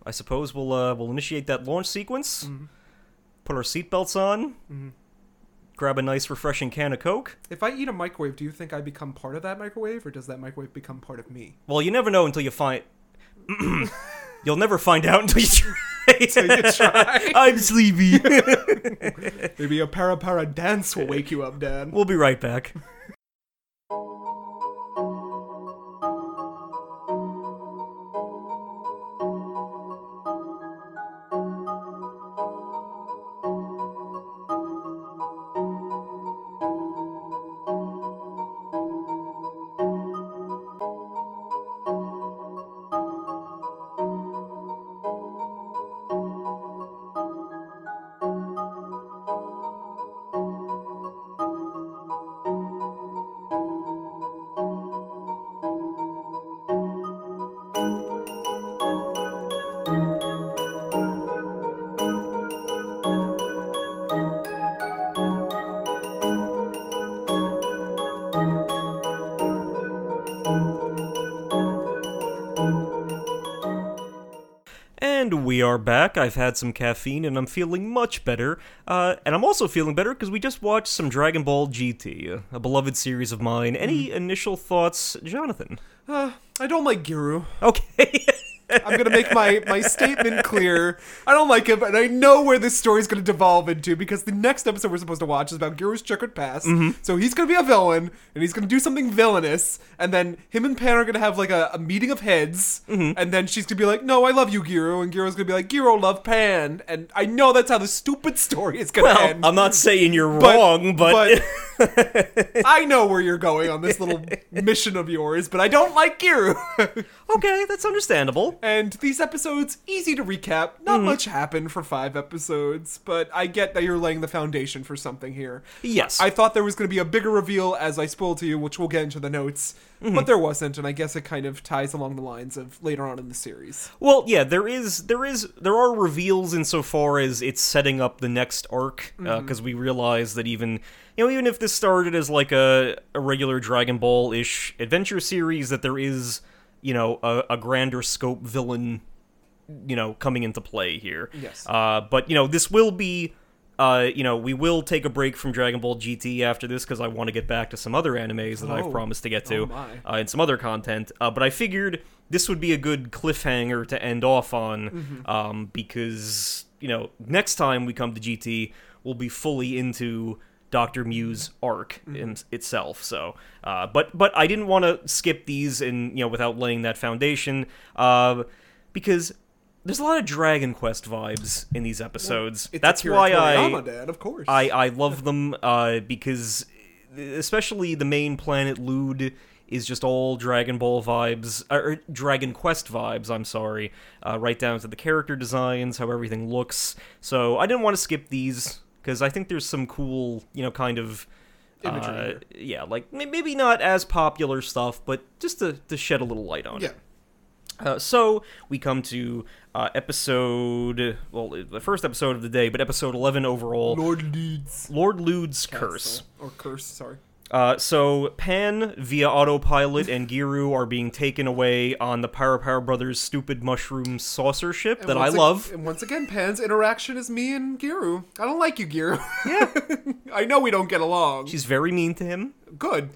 S1: I suppose we'll uh, we'll initiate that launch sequence.
S2: Mm-hmm.
S1: Put our seatbelts on. Grab a nice refreshing can of Coke.
S2: If I eat a microwave, do you think I become part of that microwave, or does that microwave become part of me?
S1: Well, you never know until you find. You'll never find out until you try.
S2: You try.
S1: I'm sleepy.
S2: Maybe a para para dance will wake you up, Dad.
S1: we'll be right back. And we are back. I've had some caffeine and I'm feeling much better. Uh, and I'm also feeling better because we just watched some Dragon Ball GT, a beloved series of mine. Any initial thoughts, Jonathan?
S2: Uh, I don't like Giru.
S1: Okay.
S2: I'm gonna make my, my statement clear. I don't like him, and I know where this story's gonna devolve into because the next episode we're supposed to watch is about Giru's checkered past.
S1: Mm-hmm.
S2: So he's gonna be a villain, and he's gonna do something villainous, and then him and Pan are gonna have like a, a meeting of heads,
S1: Mm-hmm.
S2: and then she's gonna be like, "No, I love you, Giru," and Giru's gonna be like, "Giru, love Pan," and I know that's how the stupid story is gonna
S1: well,
S2: end.
S1: I'm not saying you're wrong, but,
S2: but I know where you're going on this little mission of yours, but I don't like Giru.
S1: okay, that's understandable.
S2: And these episodes, easy to recap. Not
S1: Mm-hmm.
S2: much happened for five episodes, but I get that you're laying the foundation for something here.
S1: Yes.
S2: I thought there was going to be a bigger reveal, as I spoiled to you, which we'll get into the notes,
S1: Mm-hmm.
S2: but there wasn't, and I guess it kind of ties along the lines of later on in the series.
S1: Well, yeah, there is, there is, there are reveals insofar as it's setting up the next arc,
S2: Mm-hmm.
S1: because we realize that even, you know, even if this started as like a, a regular Dragon Ball ish adventure series, that there is, you know, a, a grander scope villain, you know, coming into play here.
S2: Yes.
S1: Uh, but you know, this will be, uh, you know, we will take a break from Dragon Ball GT after this because I want to get back to some other animes that
S2: Oh.
S1: I've promised to get to
S2: Oh my.
S1: uh, and some other content. Uh, but I figured this would be a good cliffhanger to end off on
S2: Mm-hmm.
S1: um, because, you know, next time we come to GT, we'll be fully into Dr. Mew's arc
S2: Mm-hmm.
S1: in itself. So, uh, but but I didn't want to skip these and you know without laying that foundation uh, because there's a lot of Dragon Quest vibes in these episodes.
S2: It's
S1: That's
S2: Akira
S1: why I
S2: Toriyama, Dad, of course.
S1: I, I love them uh, because, especially the main planet Lude is just all Dragon Ball vibes or Dragon Quest vibes. I'm sorry, uh, right down to the character designs, how everything looks. So I didn't want to skip these because I think there's some cool, you know, kind of.
S2: Imagery
S1: uh,
S2: here.
S1: yeah, like may- maybe not as popular stuff, but just to, to shed a little light on
S2: yeah.
S1: it. Uh, so we come to uh, episode, well, the first episode of the day, but episode 11 overall.
S2: Lord Leeds.
S1: Lord Lude's curse.
S2: Curse. Or curse, sorry.
S1: Uh, so Pan via autopilot and Giru are being taken away on the Power Power Brothers stupid mushroom saucer ship
S2: And
S1: that I
S2: once ag-
S1: love.
S2: And once again, Pan's interaction is me and Giru. I don't like you, Giru.
S1: Yeah,
S2: I know we don't get along.
S1: she's very mean to him.
S2: Good.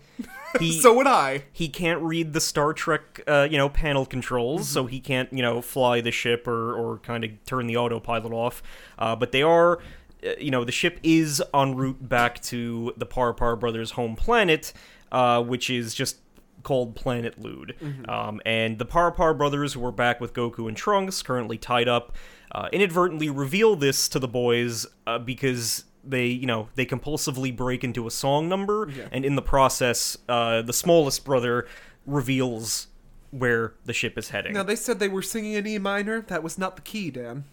S1: He
S2: so would I.
S1: he can't read the Star Trek, uh, you know, panel controls, so he can't you know fly the ship or or kind of turn the autopilot off. Uh, but they are uh, you know, the ship is en route back to the Parpar brothers' home planet, uh, which is just called Planet Lude. Um, and the Parpar brothers, who are back with Goku and Trunks, currently tied up, uh, inadvertently reveal this to the boys uh, because they, you know, they compulsively break into a song number,
S2: Yeah.
S1: and in the process, uh, the smallest brother reveals where the ship is heading.
S2: Now they said they were singing in E minor. That was not the key, Dan.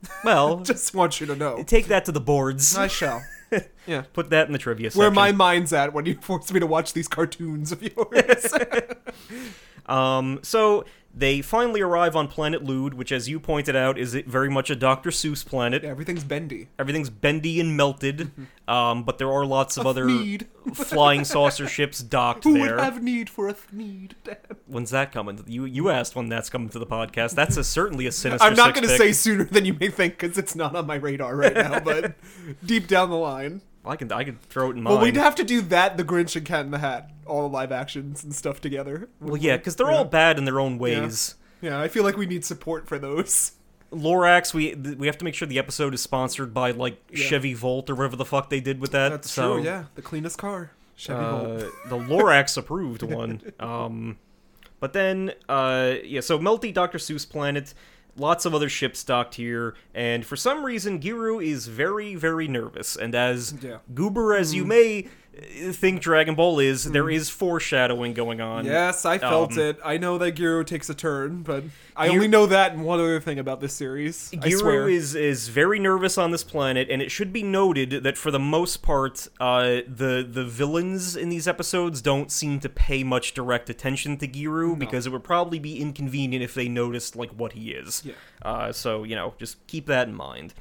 S1: well,
S2: Just want you to know.
S1: take that to the boards.
S2: I shall. Yeah.
S1: Put that in the trivia section.
S2: Where my mind's at when you force me to watch these cartoons of yours.
S1: Um, so they finally arrive on planet Lude, which, as you pointed out, is very much a Dr. Seuss planet.
S2: yeah, Mm-hmm. everything's bendy.
S1: Everything's bendy and melted, um, but there are lots of other
S2: need.
S1: flying saucer ships docked
S2: Who
S1: there.
S2: would have need for a need, Dan?
S1: When's that coming? You you asked when that's coming to the podcast. That's a, certainly a sinister.
S2: I'm not
S1: going
S2: going
S1: to
S2: to say sooner than you may think because it's not on my radar right now, but deep down the line.
S1: I can I can throw it in mine.
S2: Well, we'd have to do that, The Grinch and Cat in the Hat, all the live actions and stuff together.
S1: Well, yeah, because they're all bad in their own ways.
S2: Yeah, I feel like we need support for those.
S1: Lorax, we th- we have to make sure the episode is sponsored by like Chevy Volt or whatever the fuck they did with that.
S2: That's
S1: so,
S2: true, yeah. The cleanest car. Chevy Volt.
S1: Uh, the Lorax approved one. Um, but then, uh, yeah, so Melty Dr. Seuss Planet, lots of other ships docked here, and for some reason, Giru is very, very nervous. And as
S2: Yeah. Mm.
S1: goober as you may uh, think Dragon Ball is, there is foreshadowing going on.
S2: Yes, I felt
S1: Mm. um,
S2: it. I know that Giro takes a turn, but I
S1: Gir-
S2: only know that and one other thing about this series. I swear.
S1: Giru is is very nervous on this planet, and it should be noted that for the most part, uh, the the villains in these episodes don't seem to pay much direct attention to Giru because it would probably be inconvenient if they noticed like what he is.
S2: Yeah.
S1: Uh, so you know, just keep that in mind.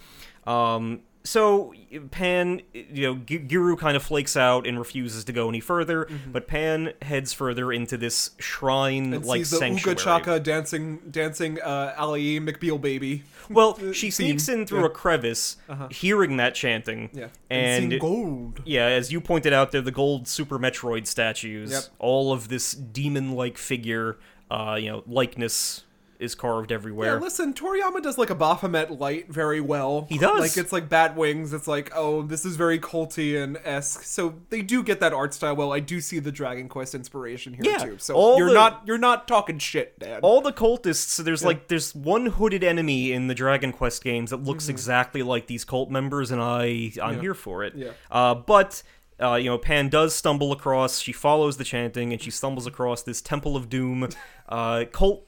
S1: Um, so Pan, you know, G- Giru kind of flakes out and refuses to go any further, but Pan heads further into this shrine
S2: Mm-hmm. and
S1: like
S2: sees the
S1: sanctuary.
S2: Uga Chaka dancing, dancing uh, Ali McBeal baby.
S1: Well,
S2: uh,
S1: she
S2: theme.
S1: sneaks in through
S2: Yeah.
S1: a crevice,
S2: Uh-huh.
S1: hearing that chanting.
S2: Yeah.
S1: And,
S2: seeing gold.
S1: yeah, as you pointed out, they're the gold Super Metroid statues.
S2: Yep.
S1: All of this demon-like figure, uh, you know, likeness is carved everywhere.
S2: Yeah, listen, Toriyama does like a Baphomet light very well.
S1: He does.
S2: Like it's like bat wings. It's like oh, this is very culty and esque. So they do get that art style well. I do see the Dragon Quest inspiration here
S1: Yeah,
S2: too. So
S1: all
S2: you're
S1: the-
S2: not you're not talking shit, Dad.
S1: all the cultists so there's like there's one hooded enemy in the dragon quest games that looks exactly like these cult members and i i'm here for it
S2: Mm-hmm. Yeah.
S1: uh, but uh, you know pan does stumble across she follows the chanting and she stumbles across this temple of doom uh, cult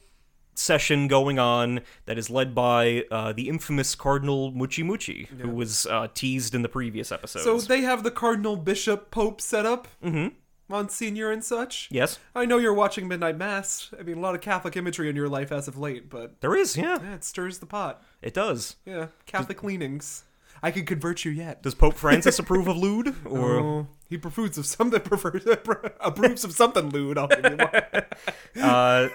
S1: session going on that is led by uh, the infamous cardinal muchi muchi who was uh, teased in the previous episode
S2: so they have the cardinal, bishop, pope set up, mm-hmm. Monsignor and such.
S1: yes
S2: I know you're watching Midnight Mass. I mean, a lot of Catholic imagery in your life as of late, but
S1: there is yeah
S2: yeah, it stirs the pot.
S1: it does
S2: Yeah, Catholic leanings. I could convert you yet.
S1: does pope francis approve of lewd or
S2: Oh, he approves of something. Prefers, approves of something lewd. I'll give you one.
S1: Uh,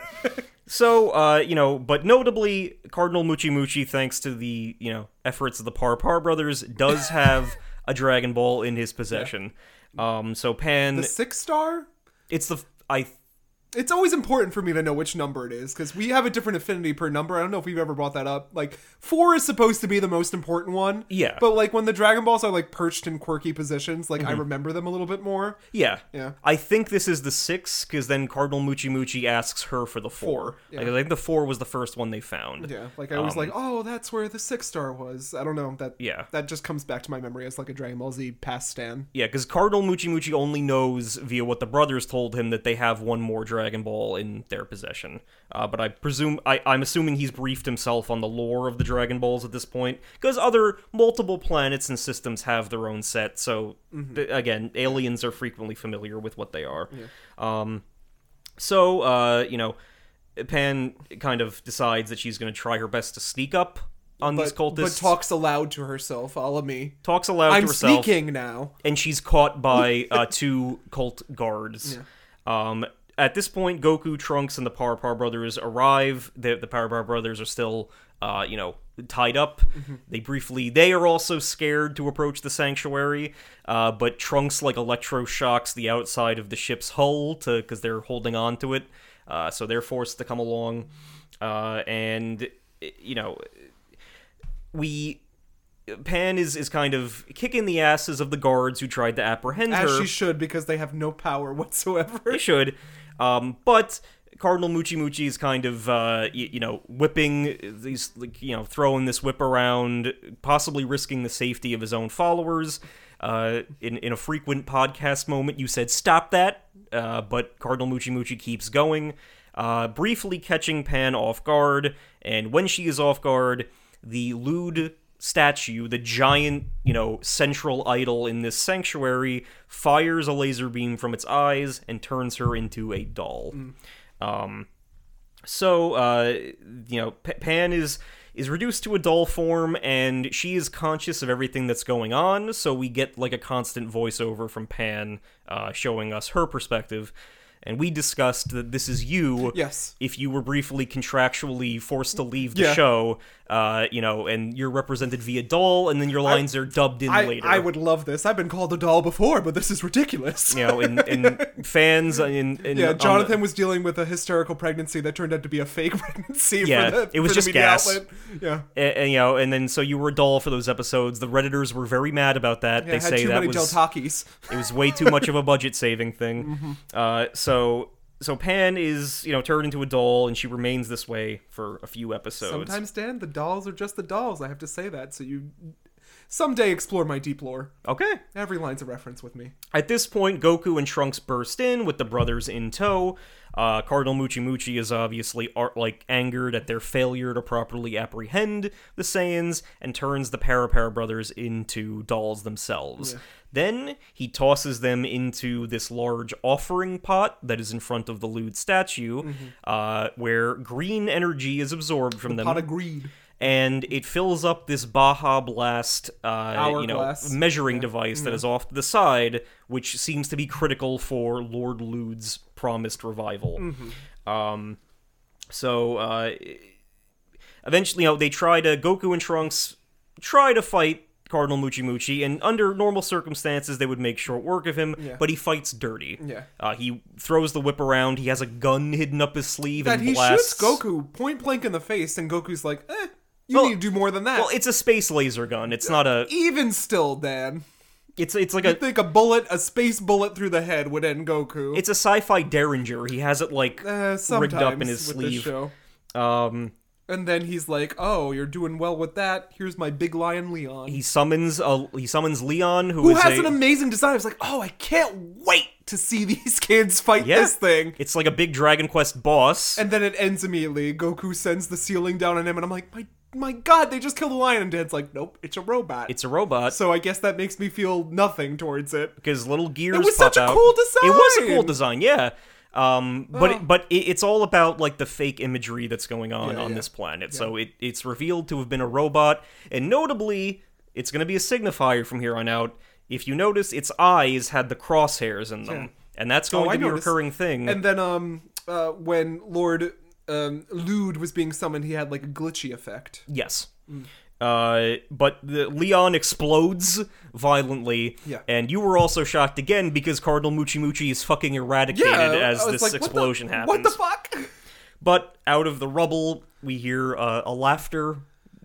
S1: so uh, you know, but notably, Cardinal Muchi Muchi, thanks to the you know efforts of the Par Par brothers, does have a Dragon Ball in his possession. Um, so Pan,
S2: The six star.
S1: it's the f- I
S2: It's always important for me to know which number it is because we have a different affinity per number. I don't know if we've ever brought that up. Like four is supposed to be the most important one.
S1: Yeah.
S2: But like when the Dragon Balls are like perched in quirky positions, like I
S1: Mm-hmm.
S2: remember them a little bit more.
S1: yeah
S2: Yeah.
S1: I think this is the six because then Cardinal Muchi Muchi asks her for the four.
S2: Four, yeah.
S1: Like, I think the four was the first one they found.
S2: Yeah. Like I was like, oh, that's where the six star was. I don't know that.
S1: Um, Yeah.
S2: That just comes back to my memory as like a Dragon Ball Z past Stan.
S1: Yeah, because Cardinal Muchi Muchi only knows via what the brothers told him that they have one more Dragon Ball in their possession. Uh, but I presume I, I'm assuming he's briefed himself on the lore of the Dragon Balls at this point, because other multiple planets and systems have their own set. So
S2: Mm-hmm.
S1: th- again, aliens are frequently familiar with what they are. Um, so, uh, you know, Pan kind of decides that she's going to try her best to sneak up on these cultists.
S2: but talks aloud to herself. All of me.
S1: talks aloud
S2: I'm
S1: to herself
S2: sneaking now.
S1: and she's caught by uh, two cult guards. Um, at this point, Goku, Trunks, and the Power Power Brothers arrive. The, the Power Power Brothers are still, uh, you know, tied up. They briefly, they are also scared to approach the sanctuary. Uh, but Trunks like electroshocks the outside of the ship's hull to because they're holding on to it. Uh, so they're forced to come along, uh, and you know, we Pan is is kind of kicking the asses of the guards who tried to apprehend
S2: As
S1: her.
S2: she should, because they have no power whatsoever.
S1: They should. Um, but Cardinal Muchi Muchi is kind of, uh, you, you know, whipping these, like, you know, throwing this whip around, possibly risking the safety of his own followers. Uh, in, in a frequent podcast moment, you said, stop that. Uh, but Cardinal Muchi Muchi keeps going, uh, briefly catching Pan off guard. And when she is off guard, the lewd statue, the giant, you know, central idol in this sanctuary, fires a laser beam from its eyes and turns her into a doll. Um, so, uh, you know, P- Pan is is reduced to a doll form, and she is conscious of everything that's going on. So we get like a constant voiceover from Pan, uh, showing us her perspective. And we discussed that this is you
S2: Yes.
S1: if you were briefly contractually forced to leave the
S2: Yeah.
S1: show, uh, you know, and you're represented via doll, and then your lines are dubbed in
S2: I,
S1: later.
S2: I would love this. I've been called a doll before, but this is ridiculous.
S1: you know, and, and fans and, and um,
S2: Yeah,
S1: on the-
S2: Jonathan was dealing with a hysterical pregnancy that turned out to be a fake pregnancy.
S1: Yeah,
S2: for the,
S1: it was
S2: for
S1: just
S2: the media
S1: gas.
S2: Outlet. Yeah,
S1: and, and, you know, and then so you were a doll for those episodes. The redditors were very mad about that.
S2: yeah
S1: they
S2: I had
S1: say
S2: too
S1: that
S2: many
S1: was
S2: Del Takis.
S1: It was way too much of a budget saving thing.
S2: Mm-hmm.
S1: Uh, so so Pan is you know turned into a doll, and she remains this way for a few episodes.
S2: Sometimes, Dan, the dolls are just the dolls. I have to say that. So you someday explore my deep lore.
S1: Okay.
S2: Every line's a reference with me.
S1: At this point, Goku and Trunks burst in with the brothers in tow. Uh, Cardinal Muchi Muchi is obviously art- like angered at their failure to properly apprehend the Saiyans and turns the Parapara brothers into dolls themselves. Then he tosses them into this large offering pot that is in front of the lewd statue,
S2: Mm-hmm.
S1: uh, where green energy is absorbed from them
S2: Pot of greed.
S1: and it fills up this Baja Blast, uh, you know,
S2: Hourglass. Mm-hmm.
S1: measuring device that is off to the side, which seems to be critical for Lord Lude's promised revival.
S2: Mm-hmm.
S1: Um, so uh, eventually, you know, they try to Goku and Trunks try to fight Cardinal Muchi Muchi, and under normal circumstances, they would make short work of him.
S2: Yeah.
S1: But he fights dirty.
S2: Yeah.
S1: uh, he throws the whip around. He has a gun hidden up his sleeve
S2: That
S1: and
S2: he
S1: blasts
S2: shoots Goku point blank in the face, and Goku's like, eh, you
S1: Well-
S2: need to do more than that.
S1: Well, it's a space laser gun. It's not a.
S2: Even still, Dan,
S1: It's it's like
S2: I
S1: a.
S2: think a bullet, a space bullet through the head would end Goku.
S1: It's a sci-fi Derringer. He has it like
S2: uh,
S1: rigged
S2: sometimes
S1: up in his
S2: with
S1: sleeve.
S2: this show.
S1: Um,
S2: And then he's like, "Oh, you're doing well with that. Here's my big lion, Leon."
S1: he summons a he summons Leon, who
S2: who
S1: is
S2: has
S1: a,
S2: an amazing design. I was like, oh, I can't wait to see these kids fight
S1: Yeah.
S2: this thing.
S1: It's like a big Dragon Quest boss.
S2: And then it ends immediately. Goku sends the ceiling down on him, and I'm like, my my god, they just killed a lion. And Dad's like, nope, it's a robot.
S1: it's a robot
S2: so I guess that makes me feel nothing towards it.
S1: because little gears.
S2: was
S1: pop
S2: such a
S1: out.
S2: cool
S1: It was a cool
S2: design!
S1: design, yeah. Um, but
S2: Oh.
S1: it, but it, it's all about like the fake imagery that's going on
S2: Yeah,
S1: on
S2: yeah.
S1: this planet. So it it's revealed to have been a robot, and notably, it's going to be a signifier from here on out. If you notice, its eyes had the crosshairs in them, and that's going
S2: Oh, I
S1: to be a
S2: noticed.
S1: recurring thing.
S2: And then um, uh, when Lord um Lude was being summoned, he had like a glitchy effect.
S1: Yes.
S2: Mm.
S1: Uh, but the, Leon explodes violently,
S2: Yeah.
S1: and you were also shocked again because Cardinal Muchi Muchi is fucking eradicated as
S2: I was
S1: this
S2: like, what the-
S1: explosion happens.
S2: What the fuck?
S1: but out of the rubble, we hear uh, a laughter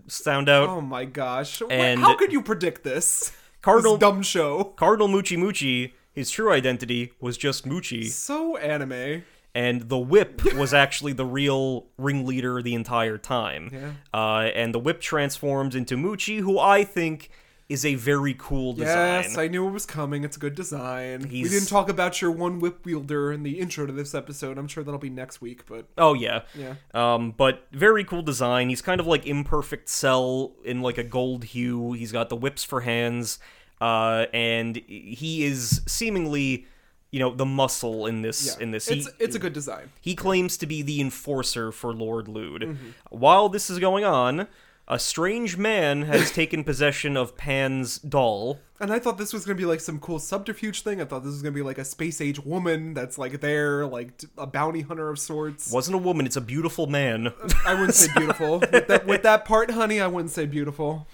S1: sound out.
S2: Oh my gosh! Wh-
S1: And-
S2: how could you predict this?
S1: Cardinal-
S2: this dumb show.
S1: Cardinal Muchi Muchi, his true identity was just Muchi,
S2: So anime.
S1: and the whip was actually the real ringleader the entire time.
S2: Yeah.
S1: Uh, and the whip transforms into Muchi, who I think is a very cool design.
S2: Yes, I knew it was coming. It's a good design. We
S1: He's-
S2: didn't talk about your one whip wielder in the intro to this episode. I'm sure that'll be next week, but
S1: Oh yeah.
S2: Yeah.
S1: Um, but very cool design. He's kind of like imperfect cell in like a gold hue. He's got the whips for hands, uh, and he is seemingly, you know, the muscle in this
S2: yeah.
S1: in this.
S2: it's
S1: he,
S2: it's a good design.
S1: he claims to be the enforcer for Lord Lude.
S2: Mm-hmm.
S1: While this is going on, a strange man has taken possession of Pan's doll.
S2: And I thought this was gonna be like some cool subterfuge thing. I thought this was gonna be like a space age woman that's like there, like t- a bounty hunter of sorts.
S1: Wasn't a woman. It's a beautiful man.
S2: I wouldn't say beautiful with that, with that part, honey. I wouldn't say beautiful.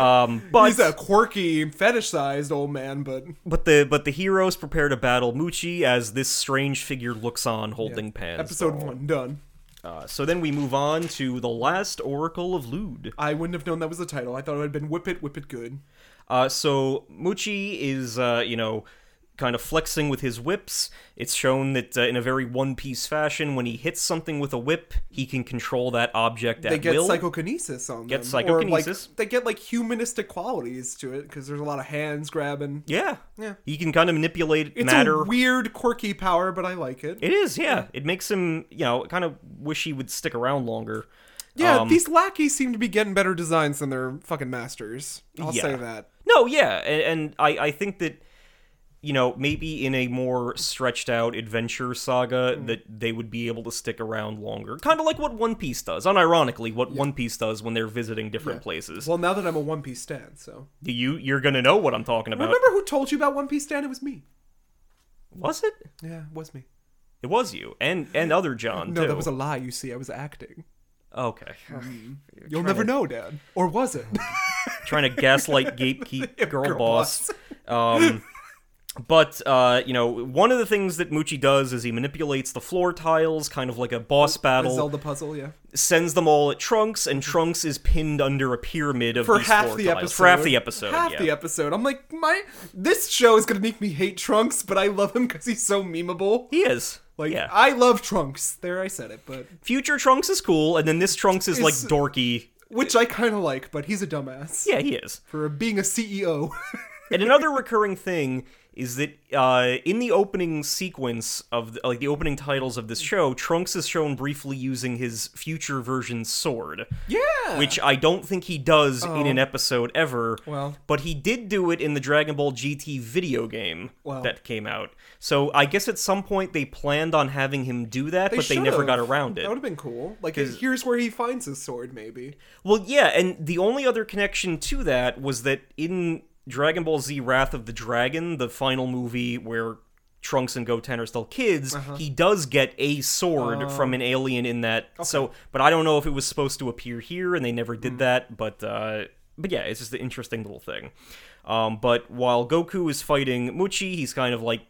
S1: Um, but
S2: He's a quirky, fetishized old man, but
S1: But the but the heroes prepare to battle Muchi as this strange figure looks on holding pans.
S2: episode one done.
S1: Uh, so then we move on to the last Oracle of Lude.
S2: I wouldn't have known that was the title. I thought it had been Whip It, Whip It Good.
S1: Uh, so Muchi is, uh, you know, kind of flexing with his whips. It's shown that uh, in a very One Piece fashion, when he hits something with a whip, he can control that object at
S2: They get
S1: will.
S2: psychokinesis on
S1: Get
S2: them. Or
S1: psychokinesis.
S2: like, they get like humanistic qualities to it because there's a lot of hands grabbing.
S1: yeah.
S2: Yeah.
S1: He can kind of manipulate
S2: It's
S1: matter.
S2: a weird, quirky power, but I like it.
S1: it is, yeah. It makes him, you know, kind of wish he would stick around longer.
S2: yeah,
S1: Um,
S2: these lackeys seem to be getting better designs than their fucking masters. I'll
S1: Yeah.
S2: say that.
S1: No, yeah, and, and I, I think that you know maybe in a more stretched out adventure saga
S2: Hmm.
S1: that they would be able to stick around longer, kind of like what One Piece does. Unironically, what One Piece does when they're visiting different places.
S2: Well, now that I'm a One Piece stan, so
S1: you you're gonna know what I'm talking about.
S2: remember who told you about One Piece stan? It was me.
S1: Was it?
S2: Yeah, it was me.
S1: It was you and and other John
S2: No,
S1: too.
S2: that was a lie. You see, I was acting.
S1: okay.
S2: You'll never know, Dad. Or was it?
S1: trying to gaslight gatekeep girl,
S2: Girl
S1: boss. Um, but uh, you know, one of the things that Moochie does is he manipulates the floor tiles, kind of like a boss
S2: The
S1: battle.
S2: Zelda puzzle, yeah.
S1: sends them all at Trunks, and Trunks is pinned under a pyramid of
S2: For
S1: these
S2: half
S1: floor
S2: the
S1: tiles.
S2: episode.
S1: For half the episode,
S2: Half
S1: yeah.
S2: the episode. I'm like, my this show is gonna make me hate Trunks, but I love him because he's so memeable.
S1: he is.
S2: Like,
S1: yeah.
S2: I love Trunks. There, I said it, but
S1: Future Trunks is cool, and then this Trunks is like
S2: Is-
S1: dorky.
S2: which I kind of like. But he's a dumbass
S1: Yeah, he is.
S2: for being a E CEO.
S1: and another recurring thing is that uh, in the opening sequence of the, like the opening titles of this show, Trunks is shown briefly using his future version sword,
S2: yeah. Oh.
S1: which I don't think he does in an episode ever.
S2: Well.
S1: but he did do it in the Dragon Ball GT video game
S2: Well.
S1: that came out. So I guess at some point they planned on having him do that, but they never
S2: should've.
S1: got around it.
S2: That would have been cool. Like, here's where he finds his sword, maybe.
S1: Well, yeah, and the only other connection to that was that in Dragon Ball Z Wrath of the Dragon, the final movie where Trunks and Goten are still kids, he does get a sword from an alien in that. So, but I don't know if it was supposed to appear here and they never did that, but uh but yeah, it's just an interesting little thing. Um but while Goku is fighting Muchi, he's kind of like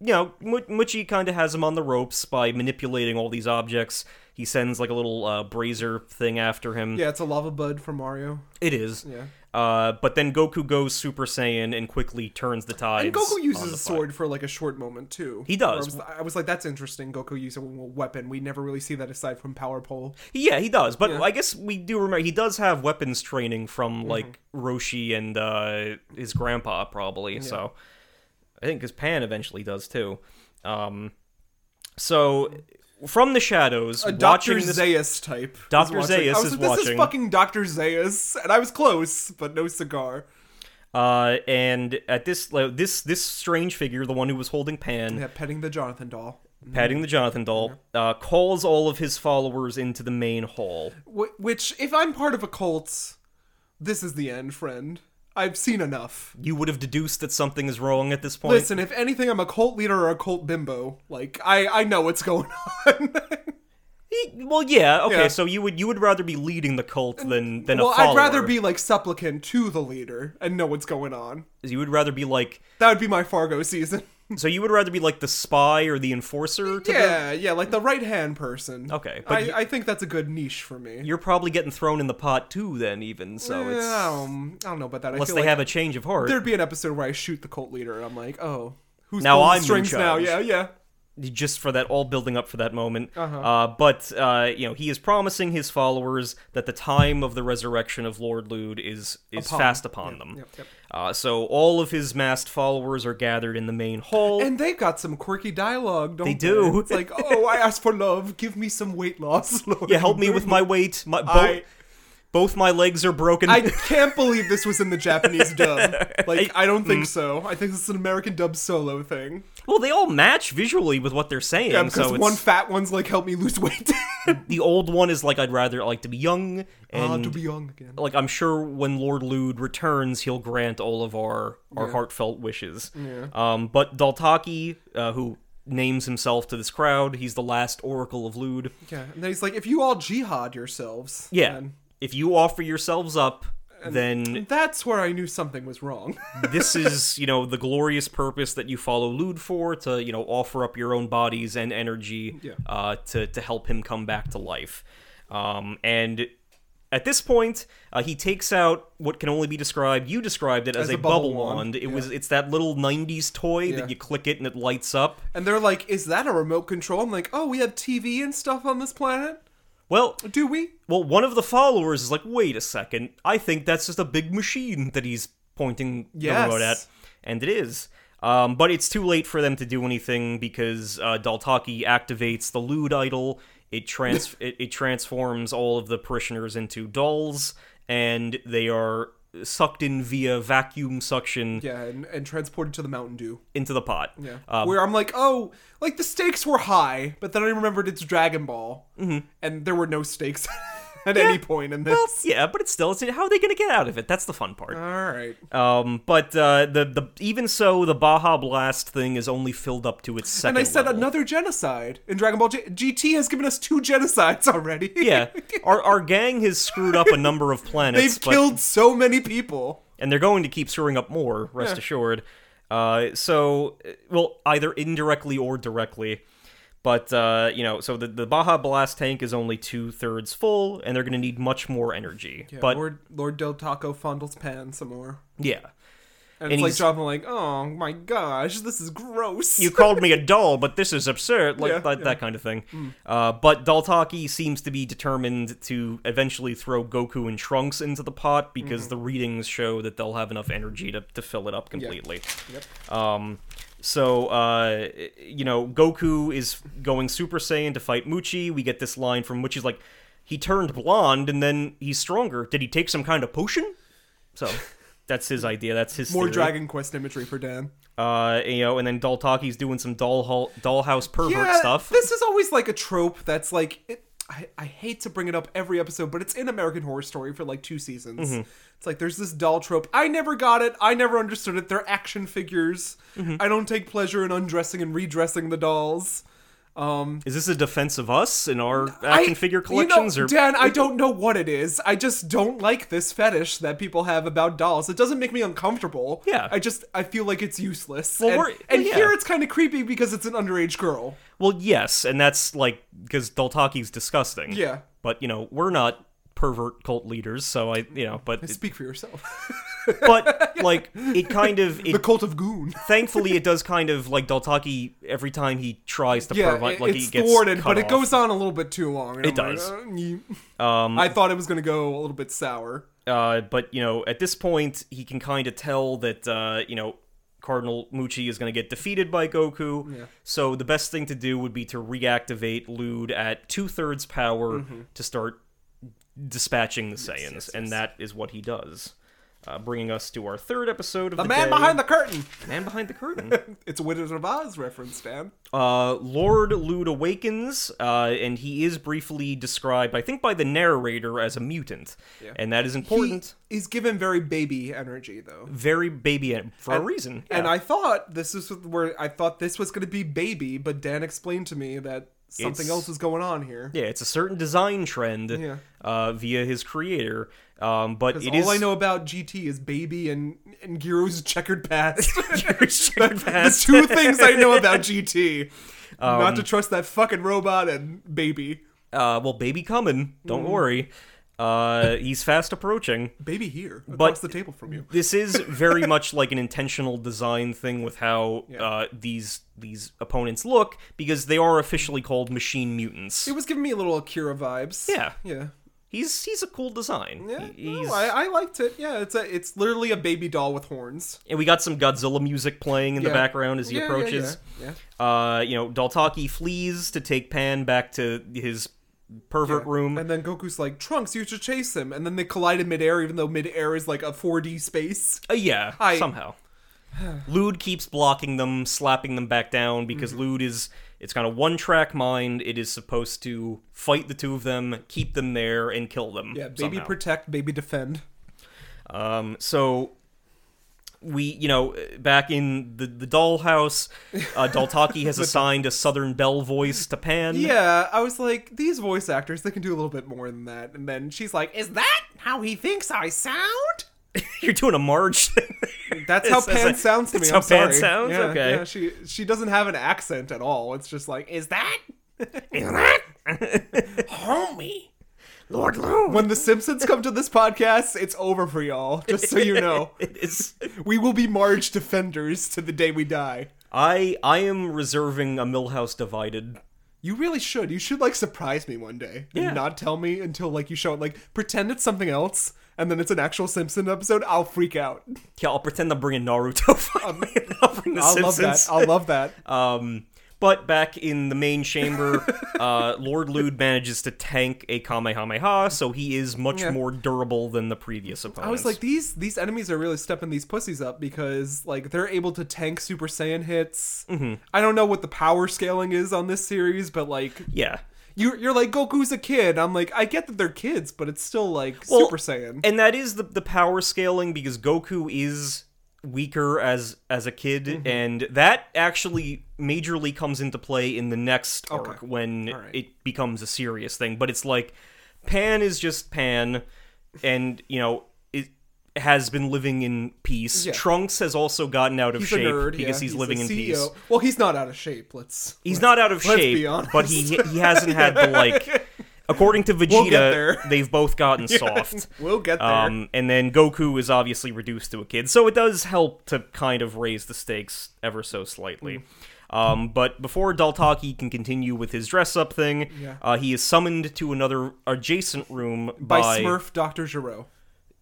S1: you know, Mu- Muchi kind of has him on the ropes by manipulating all these objects. He sends like a little uh, brazier thing after him.
S2: Yeah, it's a lava bud from Mario.
S1: It is.
S2: Yeah.
S1: Uh, but then Goku goes Super Saiyan and quickly turns the tides.
S2: And Goku
S1: on
S2: uses
S1: the
S2: a
S1: fight.
S2: sword for like a short moment too.
S1: He does.
S2: Where I was, I was like, that's interesting. Goku using a weapon. We never really see that aside from Power Pole.
S1: Yeah, he does. But
S2: Yeah. Mm-hmm.
S1: I guess we do remember he does have weapons training from like Roshi and uh, his grandpa probably. So I think his pan eventually does too. Um, so from the shadows,
S2: A Doctor
S1: watching this
S2: Zaius type. is
S1: Dr.
S2: watching.
S1: Zaius
S2: I
S1: is
S2: was like, this
S1: watching.
S2: is fucking Doctor Zaius, and I was close, but no cigar.
S1: uh, and at this like, this this strange figure, the one who was holding Pan,
S2: Yeah, Mm-hmm. petting the Jonathan doll.
S1: patting the Jonathan doll, uh, calls all of his followers into the main hall.
S2: Wh- which, if I'm part of a cult, this is the end, friend. I've seen enough.
S1: you would have deduced that something is wrong at this point.
S2: Listen, if anything, I'm a cult leader or a cult bimbo. Like, I I know what's going on.
S1: E- Well, yeah, okay.
S2: Yeah.
S1: So you would you would rather be leading the cult than than
S2: well,
S1: a follower.
S2: I'd rather be like supplicant to the leader and know what's going on.
S1: You would rather be like
S2: That would be my Fargo season.
S1: so you would rather be like the spy or the enforcer. To The,
S2: yeah, yeah, like the right hand person.
S1: Okay, but
S2: but I,
S1: you-
S2: I think that's a good niche for me.
S1: you're probably getting thrown in the pot too. Then even so, it's
S2: Yeah, um, I don't know about that. I
S1: unless
S2: feel
S1: they
S2: like
S1: have a change of heart.
S2: there'd be an episode where I shoot the cult leader. and I'm like, oh, who's
S1: Now
S2: pulling the
S1: I'm in
S2: strings now?
S1: charge.
S2: Yeah, yeah.
S1: just for that all building up for that moment.
S2: Uh-huh.
S1: Uh, but uh, you know, he is promising his followers that the time of the resurrection of Lord Lude is is
S2: Upon.
S1: fast upon them.
S2: Yep, yep.
S1: Uh, so all of his masked followers are gathered in the main hall.
S2: And they've got some quirky dialogue, don't they?
S1: do.
S2: It's like, oh, I asked for love. Give me some weight loss, Lord.
S1: Yeah, help me with my weight. My bo-
S2: I-
S1: both my legs are broken.
S2: I can't believe this was in the Japanese dub. Like, I don't
S1: mm.
S2: think so. I think this is an American dub solo thing.
S1: well, they all match visually with what they're saying.
S2: Yeah, because
S1: so it's,
S2: one fat one's like, help me lose weight.
S1: the old one is like, I'd rather like to be young,
S2: Ah,
S1: and
S2: to be young again.
S1: like I'm sure when Lord Lude returns, he'll grant all of our our heartfelt wishes. Um, but Daltaki, uh, who names himself to this crowd, he's the last Oracle of Lude.
S2: Yeah, and then he's like, if you all jihad yourselves.
S1: Yeah,
S2: then-
S1: if you offer yourselves up, then
S2: That's where I knew something was wrong.
S1: this is you know the glorious purpose that you follow Lude for to you know offer up your own bodies and energy
S2: Yeah.
S1: uh, to to help him come back to life. Um, and at this point, uh, he takes out what can only be described. You described it as,
S2: As
S1: a,
S2: a
S1: bubble,
S2: bubble
S1: wand.
S2: wand,
S1: It
S2: yeah.
S1: was it's that little '90s toy
S2: Yeah.
S1: that you click it and it lights up.
S2: and they're like, "Is that a remote control?" I'm like, "Oh, we have TV and stuff on this planet.
S1: Well,
S2: Do we?"
S1: well, one of the followers is like, "Wait a second! I think that's just a big machine that he's pointing
S2: Yes.
S1: the remote at," and it is. Um, but it's too late for them to do anything because uh, Daltaki activates the lewd idol. It trans it, it transforms all of the parishioners into dolls, and they are sucked in via vacuum suction
S2: Yeah, and, and transported to the Mountain Dew.
S1: into the pot.
S2: Yeah.
S1: Um,
S2: Where I'm like, "Oh, like the stakes were high," but then I remembered it's Dragon Ball,
S1: Mm-hmm.
S2: and there were no stakes at any point in this.
S1: well, yeah, but it's still it's, how are they going to get out of it? That's the fun part.
S2: All right.
S1: Um, but uh, the the even so, the Baja Blast thing is only filled up to its second.
S2: And I said
S1: level.
S2: another genocide in Dragon Ball G- GT has given us two genocides already.
S1: Yeah, our our gang has screwed up a number of planets,
S2: They've
S1: but-
S2: killed so many people.
S1: and they're going to keep screwing up more. Rest assured. Uh, so uh, well, either indirectly or directly. But uh, you know, so the, the Baja Blast tank is only two thirds full, and they're going to need much more energy. but
S2: Lord Lord Del Taco fondles Pan some more.
S1: yeah,
S2: And,
S1: And
S2: it's like
S1: he's-
S2: Java like, oh my gosh, this is gross.
S1: you called me a doll, but this is absurd, like
S2: Yeah, Hmm.
S1: that, that kind of thing. Uh, but Daltaki seems to be determined to eventually throw Goku and Trunks into the pot because
S2: Mm-hmm.
S1: the readings show that they'll have enough energy to, to fill it up completely. Um, so, uh, you know, Goku is going Super Saiyan to fight Muchi. We get this line from Muchi's like, he turned blonde and then he's stronger. Did he take some kind of potion? So, that's his idea. That's his
S2: More
S1: theory.
S2: Dragon Quest imagery for Dan.
S1: Uh, you know, and then Daltaki's doing some doll hall, dollhouse pervert
S2: Yeah,
S1: stuff.
S2: this is always like a trope that's like, it, I, I hate to bring it up every episode, but it's in American Horror Story for like two seasons.
S1: Mm-hmm.
S2: It's like there's this doll trope. I never got it. I never understood it. They're action figures.
S1: Mm-hmm.
S2: I don't take pleasure in undressing and redressing the dolls.
S1: Is this a defense of us and our action
S2: I-
S1: figure
S2: you know,
S1: uh, collections? or
S2: Dan, I don't know what it is. I just don't like this fetish that people have about dolls. It doesn't make me uncomfortable.
S1: Yeah.
S2: I just I feel like it's useless.
S1: Well,
S2: and
S1: we're-
S2: and
S1: yeah.
S2: here it's kind of creepy because it's an underage girl.
S1: well, yes, and that's like because Daltaki's disgusting.
S2: Yeah.
S1: but you know we're not pervert cult leaders, so I you know, but
S2: Speak for yourself.
S1: but like it kind of
S2: the
S1: it.
S2: cult of goon.
S1: Thankfully, it does kind of like Daltaki. Every time he tries to
S2: Yeah,
S1: pervert,
S2: it-
S1: like
S2: it's
S1: he gets
S2: thwarted,
S1: cut
S2: but it
S1: off.
S2: goes on a little bit too long. and
S1: It
S2: I'm like,
S1: does. Um,
S2: uh, ye- I thought it was going to go a little bit sour.
S1: Uh, but you know, at this point, he can kind of tell that uh, you know Cardinal Muchi is going to get defeated by Goku. So the best thing to do would be to reactivate Lude at two thirds power
S2: Mm-hmm.
S1: to start dispatching the Saiyans, and that is what he does. Uh, bringing us to our third episode of the,
S2: The man behind the curtain.
S1: man behind the curtain.
S2: It's a Wizard of Oz reference, Dan.
S1: uh, Lord Lude awakens, uh, and he is briefly described, I think, by the narrator as a mutant, and that is important.
S2: He is given very baby energy, though.
S1: very baby and for a reason.
S2: And
S1: yeah.
S2: I thought this is where I thought this was going to be baby, but Dan explained to me that something
S1: It's-
S2: else was going on here.
S1: yeah, it's a certain design trend
S2: Yeah.
S1: uh, via his creator. Um, but it
S2: All
S1: is
S2: I know about GT is baby and and Giro's checkered past.
S1: Giro's checkered past. Um,
S2: the two things I know about GT. Not to trust that fucking robot and baby.
S1: uh, well, baby coming. Don't
S2: Mm-hmm.
S1: worry, uh, he's fast approaching.
S2: Baby here across
S1: But-
S2: the table from you.
S1: This is very much like an intentional design thing with how uh, these these opponents look because they are officially called machine mutants.
S2: It was giving me a little Akira vibes.
S1: Yeah.
S2: yeah,
S1: He's he's a cool design.
S2: yeah.
S1: He-
S2: No,
S1: he's-
S2: I, I liked it. Yeah, it's a it's literally a baby doll with horns.
S1: and we got some Godzilla music playing in the
S2: Yeah.
S1: background as he
S2: Yeah, yeah,
S1: approaches.
S2: yeah, yeah.
S1: Uh, you know, Daltaki flees to take Pan back to his pervert room.
S2: And then Goku's like, Trunks, you should chase him. And then they collide in midair, even though midair is like a 4D space.
S1: Uh, yeah,
S2: I-
S1: somehow. Lude keeps blocking them, slapping them back down because
S2: Mm-hmm.
S1: Lude is it's kind of one track mind. It is supposed to fight the two of them, keep them there, and kill them.
S2: Yeah, baby
S1: somehow.
S2: protect, baby defend.
S1: Um, so we, you know, back in the the dollhouse, uh, Daltaki has assigned a Southern Belle voice to Pan.
S2: Yeah, I was like, these voice actors, they can do a little bit more than that. And then she's like, Is that how he thinks I sound?
S1: You're doing a Marge thing.
S2: That's how
S1: It's- it's
S2: Pan
S1: like-
S2: sounds to me.
S1: it's
S2: I'm
S1: how Pan
S2: sorry.
S1: sounds?
S2: Yeah,
S1: Okay.
S2: Yeah, she she doesn't have an accent at all. It's just like, is that
S1: Homie. Lord Loon.
S2: when the Simpsons come to this podcast? It's over for y'all. Just so you know,
S1: It is.
S2: we will be Marge defenders to the day we die.
S1: I I am reserving a Millhouse divided.
S2: You really should. You should like surprise me one day and
S1: Yeah.
S2: not tell me until like you show it. Like pretend it's something else, and then it's an actual Simpson episode. I'll freak out.
S1: Yeah, I'll pretend I'm bringing Naruto. finally, and I'll bring the
S2: I'll
S1: Simpsons.
S2: Um, love that. I'll love that.
S1: Um, but back in the main chamber, uh, Lord Lude manages to tank a Kamehameha, so he is much
S2: Yeah.
S1: more durable than the previous opponent.
S2: I was like, these these enemies are really stepping these pussies up because like they're able to tank Super Saiyan hits.
S1: Mm-hmm.
S2: I don't know what the power scaling is on this series, but like
S1: yeah.
S2: you you're like Goku's a kid. I'm like, I get that they're kids, but it's still like
S1: Well,
S2: Super Saiyan.
S1: And that is the the power scaling because Goku is weaker as as a kid
S2: Mm-hmm.
S1: and that actually majorly comes into play in the next arc
S2: Okay.
S1: when
S2: right.
S1: it becomes a serious thing but it's like pan is just pan and you know it has been living in peace
S2: Yeah.
S1: trunks has also gotten out of
S2: He's a
S1: shape
S2: nerd
S1: because
S2: yeah.
S1: he's,
S2: the E
S1: living in peace
S2: CEO. Well, he's not out of shape. Let's.
S1: He's not out of
S2: let's
S1: shape,
S2: be honest.
S1: but he he hasn't had the like. According to Vegeta,
S2: get there.
S1: they've both gotten soft.
S2: We'll get there.
S1: Um, and then Goku is obviously reduced to a kid, so it does help to kind of raise the stakes ever so slightly.
S2: Mm.
S1: Um, but before Daltaki can continue with his dress-up thing,
S2: Yeah.
S1: uh, he is summoned to another adjacent room by,
S2: by, Smurf Doctor Giro.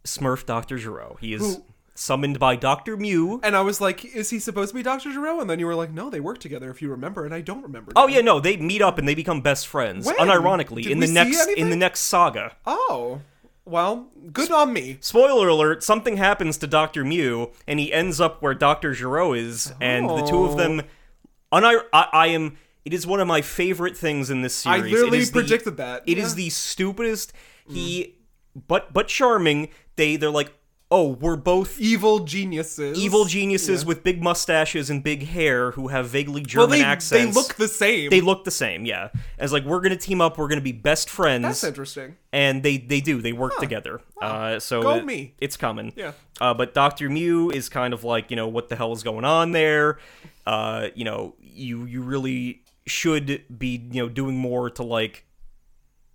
S1: Smurf Doctor Giro. He is
S2: Who-
S1: summoned by Doctor Mew.
S2: And I was like, is he supposed to be Doctor Giro? And then you were like, no, they work together. If you remember, and I don't remember.
S1: Oh
S2: now.
S1: yeah, no, they meet up and they become best friends.
S2: When?
S1: Unironically,
S2: Did
S1: in the
S2: we see
S1: next in the
S2: anything?
S1: next saga.
S2: Oh. Well, good on me.
S1: Spoiler alert, something happens to Dr. Mew, and he ends up where Dr. Giro is, and the two of them.
S2: Oh.
S1: Unir- I, I am. It is one of my favorite things in this
S2: I
S1: series. it
S2: literally
S1: is
S2: predicted
S1: the,
S2: that. Hmm.
S1: It is the stupidest. He. But but charming. They, they're like, oh, we're both
S2: evil geniuses.
S1: evil geniuses with big mustaches and big hair who have vaguely
S2: Well,
S1: German
S2: they, they
S1: accents.
S2: look the same.
S1: They look the same, yeah. As like we're gonna team up, we're gonna be best friends,
S2: That's interesting.
S1: and they they do they work together. Uh, so
S2: Go
S1: it-
S2: me.
S1: it's coming.
S2: Yeah.
S1: Uh, but Doctor Mew is kind of like you know what the hell is going on there? Uh, you know you you really should be you know doing more to like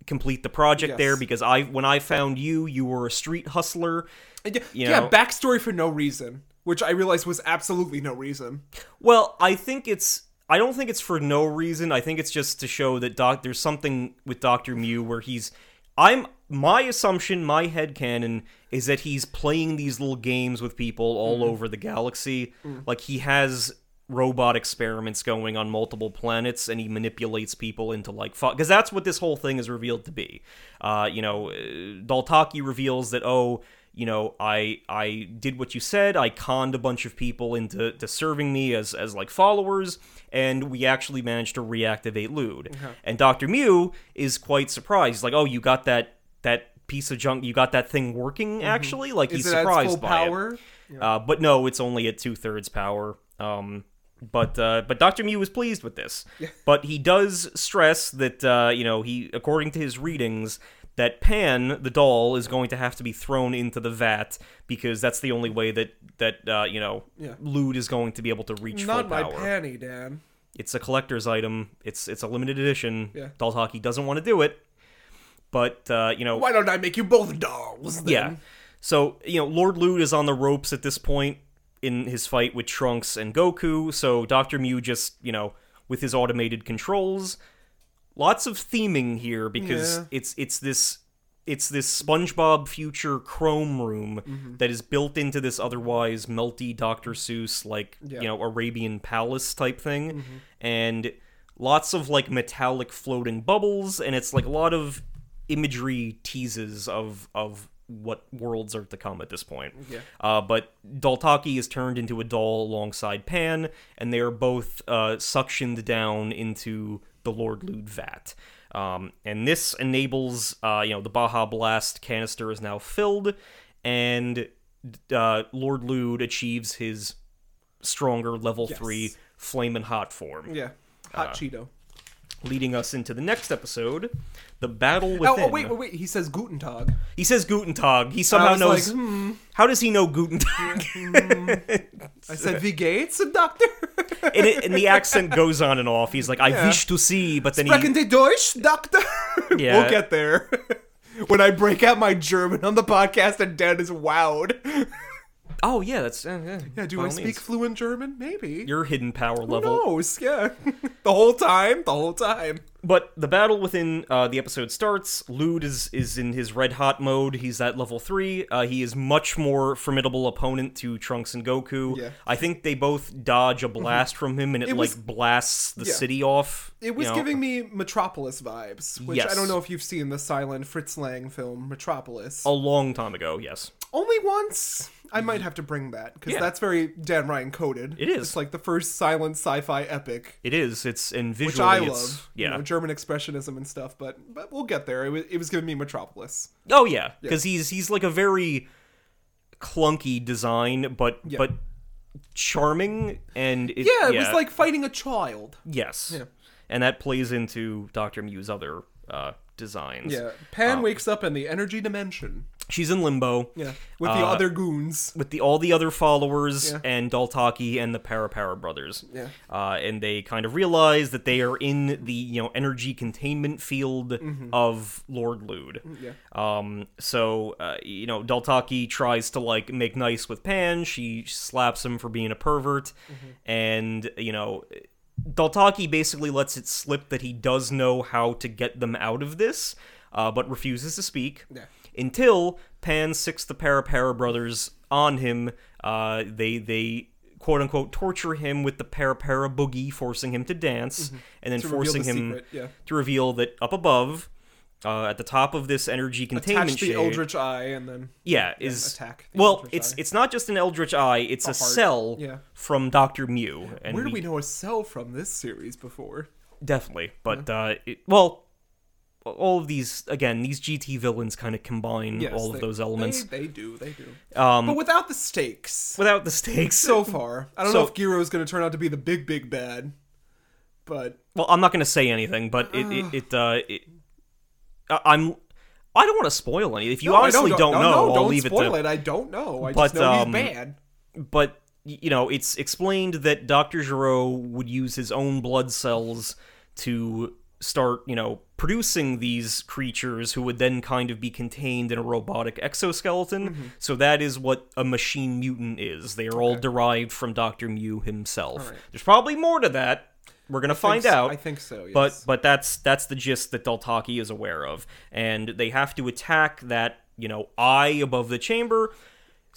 S1: complete the project
S2: Yes.
S1: there because I when I found you you were a street hustler.
S2: And Yeah,
S1: you
S2: yeah,
S1: know-
S2: backstory for no reason, which I realized was absolutely no reason.
S1: Well, I think it's. I don't think it's for no reason. I think it's just to show that Doc. There's something with Doctor Mew where he's. I'm my assumption, my headcanon is that he's playing these little games with people all over the galaxy. Like he has robot experiments going on multiple planets and he manipulates people into like fuck because that's what this whole thing is revealed to be uh you know uh, daltaki reveals that oh you know i i did what you said i conned a bunch of people into to serving me as as like followers and we actually managed to reactivate lude and dr mew is quite surprised like oh you got that that piece of junk you got that thing working actually like
S2: Mm-hmm. Is
S1: he's
S2: it at its
S1: surprised
S2: full
S1: by it.
S2: power?
S1: Uh, but no, it's only at two thirds power. Um, but uh, but Doctor Mew was pleased with this. But he does stress that uh, you know he, according to his readings, that Pan the doll is going to have to be thrown into the vat because that's the only way that that uh, you know
S2: Yeah.
S1: Lude is going to be able to reach
S2: Not
S1: full
S2: my
S1: power.
S2: panty, Dan.
S1: it's a collector's item. It's it's a limited edition.
S2: Yeah.
S1: Doll Hockey doesn't want to do it. But uh, you know
S2: Why don't I make you both dolls? Then?
S1: yeah. So, you know, Lord Lude is on the ropes at this point in his fight with Trunks and Goku, so Dr. Mew just, you know, with his automated controls. Lots of theming here because
S2: Yeah.
S1: it's it's this it's this SpongeBob future chrome room
S2: Mm-hmm.
S1: that is built into this otherwise melty Dr. Seuss like
S2: Yeah. Mm-hmm.
S1: you know Arabian palace type thing, and lots of like metallic floating bubbles, and it's like a lot of imagery teases of of what worlds are to come at this point.
S2: Yeah.
S1: Uh, but Daltaki is turned into a doll alongside Pan, and they are both uh, suctioned down into the Lord Lude vat. Um, and this enables, uh, you know, the Baja Blast canister is now filled, and uh, Lord Lude achieves his stronger level three flame and hot form.
S2: Yeah. Hot Cheeto.
S1: leading us into the next episode, the battle
S2: Oh,
S1: within.
S2: oh, wait, wait, wait. He says Guten Tag.
S1: He says Guten Tag. He somehow
S2: I was
S1: knows.
S2: like, hmm.
S1: How does he know Guten Tag?
S2: I said, "Wie geht's, Doctor?"
S1: and, it, and the accent goes on and off. He's like, I wish to see, but then
S2: Sprechen
S1: he.
S2: Sie Deutsch, Doctor?
S1: Yeah.
S2: We'll get there. when I break out my German on the podcast and Dan is wowed.
S1: Oh, yeah, that's. Uh, yeah,
S2: Yeah, do
S1: by
S2: I
S1: all
S2: speak
S1: means.
S2: fluent German? Maybe.
S1: Your hidden power
S2: Who
S1: level.
S2: knows? Yeah. the whole time, the whole time.
S1: But the battle within uh, the episode starts. Lude is is in his red hot mode. He's at level three. Uh, he is much more formidable opponent to Trunks and Goku.
S2: Yeah. Mm-hmm.
S1: I think they both dodge a blast from him, and it,
S2: It
S1: like
S2: was-
S1: blasts the
S2: yeah.
S1: city off.
S2: It was
S1: you know? uh,
S2: giving me Metropolis vibes, which
S1: Yes.
S2: I don't know if you've seen the silent Fritz Lang film Metropolis.
S1: a long time ago. Yes,
S2: Only once. I might have to bring that because
S1: Yeah.
S2: that's very Dan Ryan coded.
S1: It is.
S2: It's like the first silent sci-fi epic
S1: it is. It's and visually,
S2: which I
S1: it's-
S2: love.
S1: Yeah.
S2: you know, German expressionism and stuff. But but we'll get there. It was, it was giving me Metropolis.
S1: Oh yeah, because he's he's like a very clunky design, but but charming and it,
S2: Yeah, it was like fighting a child.
S1: yes, and that plays into Doctor Mew's other uh, designs.
S2: Yeah, Pan
S1: Um,
S2: wakes up in the energy dimension.
S1: she's in limbo.
S2: Yeah, with the
S1: Uh,
S2: other goons.
S1: With the all the other followers
S2: Yeah.
S1: and Daltaki and the Parapara brothers,
S2: Yeah.
S1: uh, and they kind of realize that they are in the you know energy containment field of Lord Lude.
S2: Mm-hmm. Mm, Yeah,
S1: Um, so, uh, you know, Daltaki tries to, like, make nice with Pan. She slaps him for being a pervert.
S2: Mm-hmm.
S1: And, you know, Daltaki basically lets it slip that he does know how to get them out of this, uh, but refuses to speak.
S2: Yeah.
S1: Until Pan sicks the Parapara brothers on him. Uh, they, they quote unquote torture him with the Parapara boogie, forcing him to dance, and then
S2: Mm-hmm. To reveal
S1: forcing
S2: the
S1: him
S2: secret, yeah.
S1: to reveal that up above, uh, at the top of this energy containment
S2: attach the
S1: shade,
S2: Eldritch Eye and then
S1: yeah, is
S2: attack the
S1: well,
S2: Eldritch
S1: it's
S2: Eye.
S1: it's not just an eldritch eye; it's a, cell
S2: yeah.
S1: from Doctor Mew, and
S2: Where do we know a cell from this series before?
S1: definitely. But uh, it, well, all of these again, these GT villains kind of combine
S2: Yes,
S1: all of
S2: they-
S1: those elements
S2: They, they do, they do.
S1: um,
S2: but without the stakes
S1: without the stakes.
S2: so far. I don't know
S1: So-
S2: if Giro's going to turn out to be the big, big bad, but
S1: well, I'm not going to say anything, but it
S2: Ah.
S1: it, it, uh, it I, I'm. I don't want to spoil anything. If you
S2: No, I
S1: honestly don't,
S2: no,
S1: know,
S2: no,
S1: I'll
S2: don't
S1: leave it
S2: spoil
S1: to
S2: it. I don't know. I
S1: But,
S2: just know
S1: um,
S2: he's bad.
S1: but y- you know it's explained that dr giro would use his own blood cells to start you know producing these creatures who would then kind of be contained in a robotic exoskeleton
S2: Mm-hmm.
S1: so that is what a machine mutant is they are all derived from dr mew himself
S2: right.
S1: there's probably more to that we're gonna find
S2: Think so-
S1: out
S2: I think so. Yes.
S1: but but that's that's the gist that Daltaki is aware of, and they have to attack that you know eye above the chamber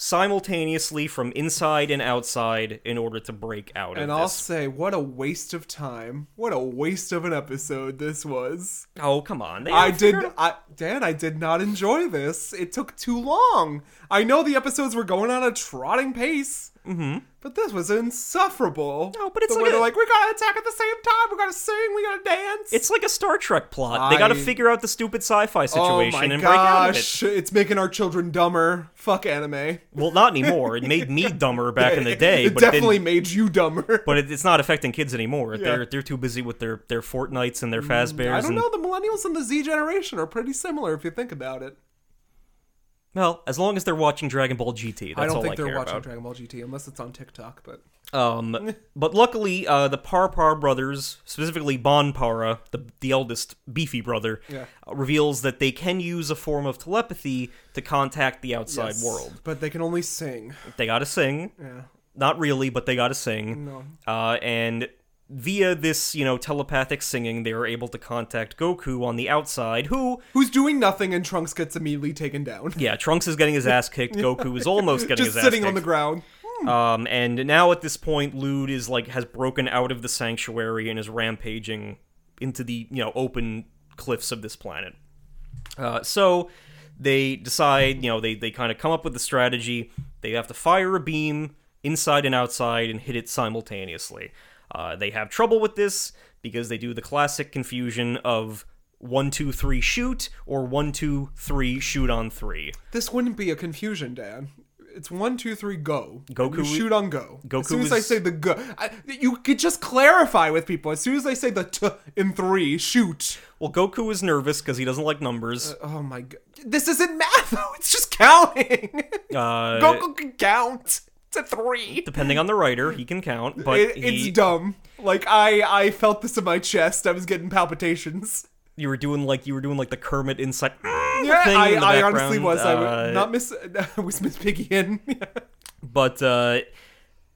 S1: simultaneously from inside and outside in order to break out
S2: and
S1: of
S2: I'll
S1: this.
S2: say, what a waste of time. What a waste of an episode this was.
S1: Oh come on! They
S2: I
S1: all
S2: did,
S1: figured-
S2: I, Dan. I did not enjoy this. It took too long. I know the episodes were going on a trotting pace, mm-hmm. but this was insufferable.
S1: No, but it's
S2: the
S1: like
S2: way
S1: a-
S2: they're like, we gotta attack at the same time. We gotta sing. We gotta dance.
S1: It's like a Star Trek plot. they got to
S2: I-
S1: figure out the stupid sci-fi
S2: oh
S1: situation
S2: my
S1: and break out of it.
S2: gosh, it's making our children dumber. Fuck anime.
S1: Well, not anymore. It made me dumber back in the day,
S2: it
S1: but it didn't
S2: definitely made you dumber.
S1: but it, it's not affecting kids anymore.
S2: Yeah. Mm,
S1: They're they're too busy with their their Fortnites and their Fazbears.
S2: I don't
S1: and,
S2: know. The millennials and the Z generation are pretty similar if you think about it.
S1: Well, as long as they're watching Dragon Ball GT, that's
S2: I don't
S1: all
S2: think
S1: I
S2: they're
S1: care
S2: watching
S1: about.
S2: Dragon Ball GT unless it's on TikTok. But
S1: Um, but luckily, uh, the Parpar brothers, specifically Bon Para, the, the eldest beefy brother,
S2: Yeah.
S1: uh, reveals that they can use a form of telepathy to contact the outside
S2: Yes.
S1: world.
S2: But they can only sing.
S1: They gotta sing.
S2: Yeah.
S1: Not really, but they gotta sing.
S2: No.
S1: Uh, and via this, you know, telepathic singing, they are able to contact Goku on the outside, who,
S2: Who's doing nothing and Trunks gets immediately taken down.
S1: yeah, Trunks is getting his ass kicked. Goku is almost getting
S2: Just
S1: his ass
S2: sitting
S1: kicked.
S2: on the ground.
S1: Um, and now at this point, Lude is like has broken out of the sanctuary and is rampaging into the you know open cliffs of this planet. Uh, so they decide, you know, they they kind of come up with the strategy. They have to fire a beam inside and outside and hit it simultaneously. Uh, they have trouble with this because they do the classic confusion of one two three shoot or one two three shoot on three.
S2: This wouldn't be a confusion, Dan. It's one, two, three, go.
S1: Goku
S2: You
S1: is-
S2: shoot on go.
S1: Goku
S2: As soon as I
S1: is-
S2: say the go, I, you could just clarify with people. As soon as I say the t in three, shoot.
S1: Well, Goku is nervous because he doesn't like numbers.
S2: Oh my god, this isn't math though. It's just counting.
S1: Uh,
S2: Goku can count to three.
S1: depending on the writer, he can count, but
S2: It,
S1: he,
S2: It's dumb. Like I, I felt this in my chest. I was getting palpitations.
S1: you were doing like you were doing like the Kermit inside.
S2: Yeah,
S1: thing
S2: I,
S1: in the
S2: I honestly
S1: background,
S2: was. I
S1: uh,
S2: was not Miss. I was Miss Piggy in.
S1: But uh,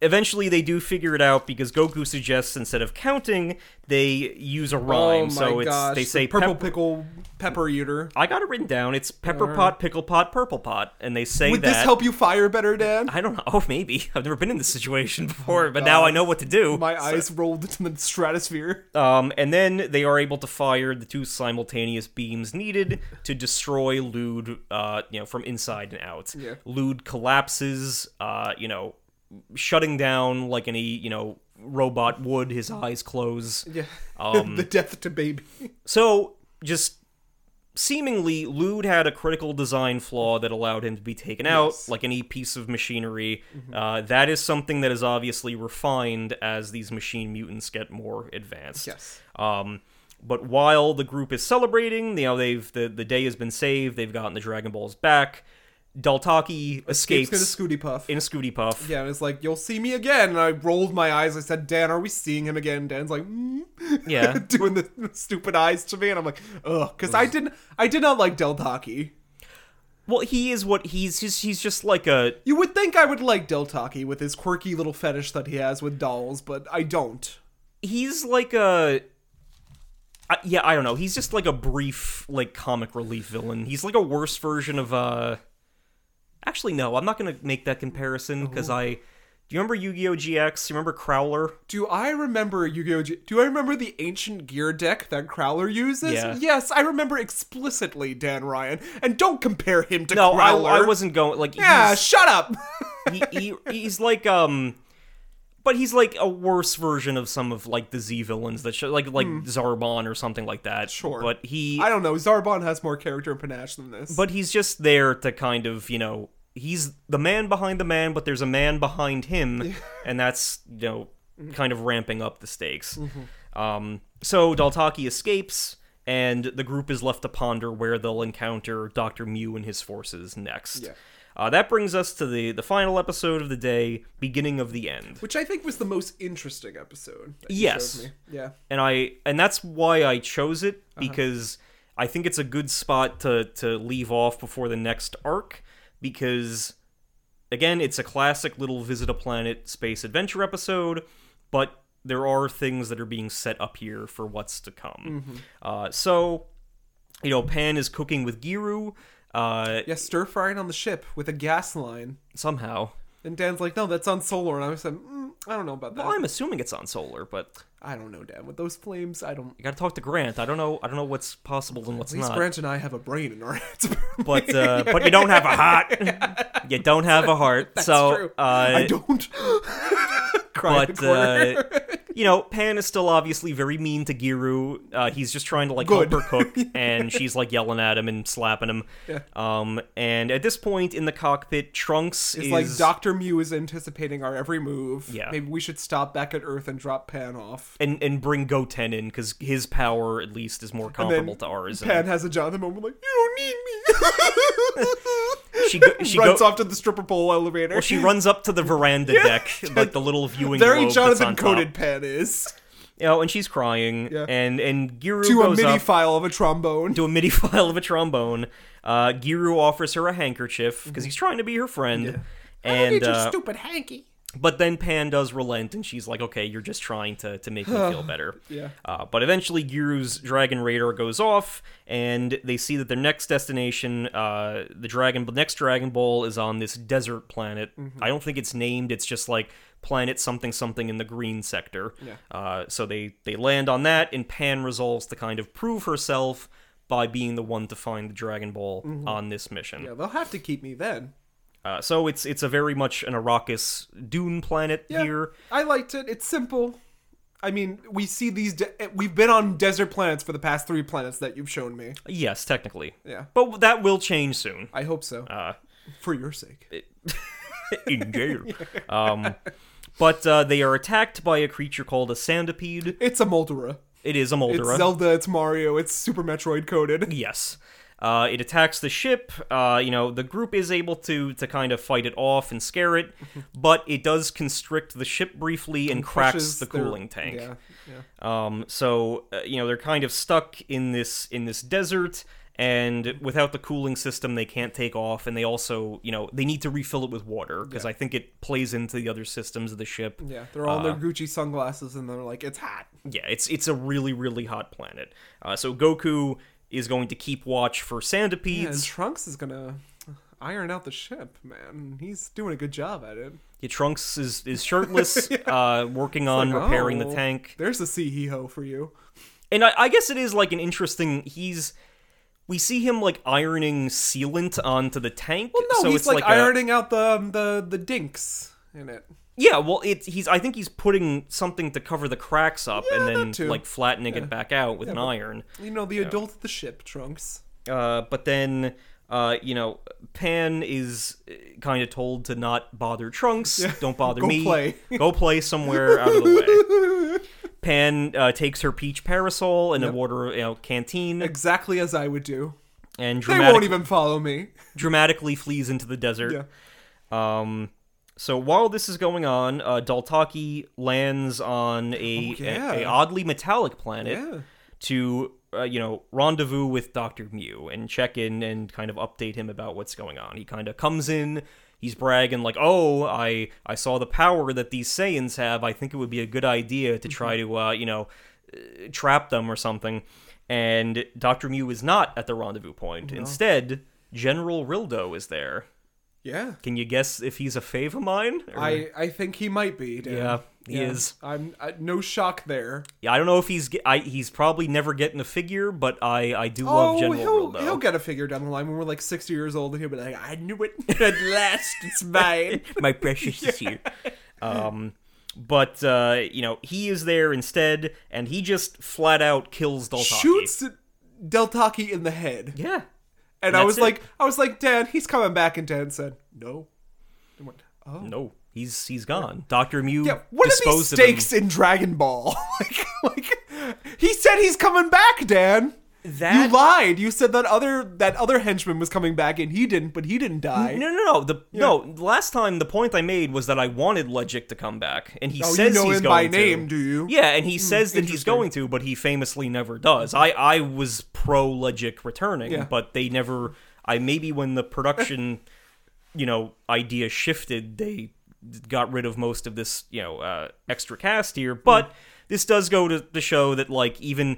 S1: eventually they do figure it out because Goku suggests instead of counting, they use a
S2: Oh
S1: rhyme. so it's they say
S2: purple
S1: pep-
S2: pickle pepper eater.
S1: I got it written down. It's pepper pot, pickle pot, purple pot, and they say
S2: Uh-huh. Would
S1: that.
S2: this help you fire better, Dan?
S1: I don't know. Oh, maybe I've never been in this situation before, but now I know what to do.
S2: My
S1: So-
S2: eyes rolled into the stratosphere.
S1: Um, and then they are able to fire the two simultaneous beams needed to destroy Lude, uh, you know, from inside and out.
S2: Yeah.
S1: Lude collapses, uh, you know, shutting down like any, you know, robot would, his eyes close.
S2: Yeah.
S1: Um,
S2: the death to baby.
S1: So, just seemingly, Lude had a critical design flaw that allowed him to be taken
S2: Yes. Mm-hmm.
S1: out, like any piece of machinery. Uh, that is something that is obviously refined as these machine mutants get more advanced.
S2: Yes.
S1: Um, but while the group is celebrating, you know they've the, the day has been saved. They've gotten the Dragon Balls back. Daltaki escapes,
S2: Escapes in a Scooty Puff.
S1: in a Scooty Puff.
S2: Yeah, and it's like, you'll see me again. And I rolled my eyes. I said, Dan, are we seeing him again? Dan's like, mm.
S1: Yeah.
S2: Doing the stupid eyes to me. And I'm like, ugh. Because I didn't, I did not like Del Taki.
S1: Well, he is what he's just he's just like a
S2: You would think I would like Del Taki with his quirky little fetish that he has with dolls, but I don't.
S1: he's like a I, yeah I don't know. He's just like a brief like comic relief villain. He's like a worse version of uh. Actually, no, I'm not gonna make that comparison
S2: Oh.
S1: because I. Do you remember Yu-Gi-Oh GX? You remember Crowler?
S2: Do I remember Yu-Gi-Oh! G- Do I remember the ancient gear deck that Crowler uses?
S1: Yeah.
S2: Yes, I remember explicitly Dan Ryan. And don't compare him to
S1: No, I,
S2: Crowler.
S1: I wasn't going like
S2: Yeah,
S1: he's-
S2: shut up.
S1: he, he he's like um but he's like a worse version of some of like the Z villains that show, like like Zarbon or something like that.
S2: Hmm. Sure.
S1: But he
S2: I don't know. Zarbon has more character and panache than this.
S1: but he's just there to kind of, you know, he's the man behind the man, but there's a man behind him and that's, you know, kind of ramping up the stakes. Um so Daltaki escapes and the group is left to ponder where they'll encounter Dr. Mew and his forces next.
S2: Yeah.
S1: Uh, that brings us to the, the final episode of the day, beginning of the end.
S2: which I think was the most interesting episode. that you
S1: Yes.
S2: showed me. Yeah.
S1: and I and that's why I chose it
S2: Uh-huh.
S1: because I think it's a good spot to to leave off before the next arc because again it's a classic little visit a planet space adventure episode but there are things that are being set up here for what's to come
S2: Mm-hmm.
S1: uh, so you know pan is cooking with giru uh,
S2: Yeah, stir frying on the ship with a gas line.
S1: somehow
S2: And Dan's like, no, that's on solar. And I was like, mm, I don't know about that.
S1: well, i'm assuming it's on solar but
S2: I don't know, Dan. With those flames, I don't.
S1: you gotta talk to grant i don't know i don't know what's possible and what's
S2: At least
S1: not
S2: Grant and I have a brain in our heads.
S1: but uh, but you don't have a heart. you don't have a heart. so
S2: true. I
S1: Uh,
S2: don't. Cry in the
S1: but uh,
S2: corner.
S1: you know, Pan is still obviously very mean to Giru. Uh, he's just trying to like
S2: Good.
S1: help her cook, and she's like yelling at him and slapping him.
S2: Yeah.
S1: Um, and at this point in the cockpit, Trunks
S2: It's
S1: is
S2: like Doctor Mew is anticipating our every move.
S1: Yeah.
S2: Maybe we should stop back at Earth and drop Pan off.
S1: and and bring Goten in because his power at least is more comparable to ours.
S2: Pan has a Jonathan moment like, you don't need me.
S1: she go- she
S2: runs
S1: go-
S2: off to the stripper pole elevator.
S1: Well, she runs up to the veranda deck, like the little viewing
S2: Very
S1: globe that's
S2: Jonathan
S1: on top.
S2: Coated Pan is.
S1: You know, and she's crying,
S2: Yeah.
S1: and and Giru
S2: To a
S1: goes
S2: MIDI
S1: up.
S2: file of a trombone.
S1: to a MIDI file of a trombone. Uh, Giru offers her a handkerchief
S2: Mm-hmm.
S1: because he's trying to be her friend. And uh,
S2: stupid hanky.
S1: but then Pan does relent, and she's like, "Okay, you're just trying to to make me feel better."
S2: Yeah.
S1: Uh, but eventually, Giru's dragon radar goes off, and they see that their next destination, uh, the dragon, the next Dragon Ball, is on this desert planet.
S2: Mm-hmm.
S1: I don't think it's named. It's just like planet something something in the green sector.
S2: Yeah.
S1: Uh, so they they land on that, and Pan resolves to kind of prove herself by being the one to find the Dragon Ball
S2: Mm-hmm.
S1: on this mission.
S2: Yeah, they'll have to keep me then.
S1: Uh, so it's it's a very much an Arrakis dune planet
S2: Yeah,
S1: here.
S2: I liked it. It's simple. I mean, we see these. De- eh, we've been on desert planets for the past three planets that you've shown me.
S1: Yes, technically.
S2: Yeah.
S1: But that will change soon.
S2: I hope so.
S1: Uh,
S2: for your sake.
S1: in jail. Um, but uh, they are attacked by a creature called a sandipede.
S2: It's a Moldora.
S1: It is a
S2: It's
S1: Moldora.
S2: Zelda, it's Mario, it's Super Metroid coded.
S1: Yes. Uh, it attacks the ship. Uh, you know, the group is able to to kind of fight it off and scare it,
S2: Mm-hmm.
S1: but it does constrict the ship briefly and cracks
S2: Crushes
S1: the
S2: their-
S1: cooling tank.
S2: Yeah, yeah.
S1: Um, so uh, you know they're kind of stuck in this in this desert, and without the cooling system, they can't take off. And they also you know they need to refill it with water because I think it plays into the other systems of the ship.
S2: Yeah, they're all in their Gucci sunglasses and they're like, it's hot.
S1: Yeah, Uh, it's it's a really really hot planet. Uh, so Goku is going to keep watch for
S2: Yeah, and
S1: centipedes.
S2: Trunks is gonna iron out the ship, man. He's doing a good job at it.
S1: Yeah, Trunks is is shirtless, uh, working on
S2: like,
S1: repairing
S2: oh.
S1: the tank.
S2: There's a see hee ho for you.
S1: And I, I guess it is like an interesting. He's we see him like ironing sealant onto the tank.
S2: Well, no,
S1: so
S2: he's
S1: it's
S2: like,
S1: like, a-
S2: ironing out the um, the the dinks in it.
S1: Yeah, well, it's he's. I think he's putting something to cover the cracks up, and
S2: Yeah, that
S1: then
S2: too.
S1: like flattening it back out with an
S2: but-
S1: iron.
S2: You know, the adult of the ship, Trunks.
S1: Uh, but then, uh, you know, Pan is kind of told to not bother Trunks. Don't bother
S2: Go
S1: me.
S2: play."
S1: Go play somewhere out of the way. Pan uh, takes her peach parasol in a water you know, canteen
S2: Exactly as I would do.
S1: and
S2: They won't
S1: dramatic-
S2: even follow me.
S1: dramatically flees into the desert.
S2: Yeah.
S1: Um, so while this is going on, uh, Daltaki lands on a, a-
S2: Oh, yeah.
S1: a oddly metallic planet
S2: Yeah.
S1: to uh, you know rendezvous with Doctor Mew and check in and kind of update him about what's going on. He kind of comes in. He's bragging like, "Oh, I I saw the power that these Saiyans have. I think it would be a good idea to try
S2: Mm-hmm.
S1: to uh, you know uh, trap them or something." And Doctor Mew is not at the rendezvous point. Instead, General Rildo is there.
S2: Yeah.
S1: Can you guess if he's a fave of mine? Or-
S2: I I think he might be. Dan.
S1: Yeah, he is.
S2: I'm I, no shock there.
S1: yeah, I don't know if he's ge- I, he's probably never getting a figure, but I I do
S2: Oh,
S1: love General
S2: he'll
S1: Rildo.
S2: he'll get a figure down the line when we're like 60 years old, and he'll be like, I knew it at last. It's mine.
S1: My precious is here. Um, but uh, you know he is there instead, and he just flat out kills Daltaki.
S2: Shoots Deltaki in the head.
S1: Yeah.
S2: And I
S1: That's
S2: was
S1: it.
S2: like, I was like, Dan, he's coming back, and Dan said, no. I went, oh.
S1: No, he's he's gone. Doctor Mew
S2: Yeah, what are these
S1: disposed of him.
S2: stakes in Dragon Ball? like, like, he said he's coming back, Dan.
S1: That-
S2: you lied. You said that other that other henchman was coming back, and he didn't. But he didn't die.
S1: No, no, no. The no. Last time the point I made was that I wanted Legic to come back, and he
S2: Oh,
S1: says
S2: you know
S1: he's
S2: him by
S1: going
S2: name,
S1: to.
S2: do you? Hmm,
S1: Yeah, and he says that he's
S2: interesting.
S1: going to, but he famously never does. I I was pro Legic returning,
S2: Yeah.
S1: but they never. I maybe when the production, you know, idea shifted, they got rid of most of this, you know, uh, extra cast here. But
S2: Mm-hmm.
S1: this does go to the show that like even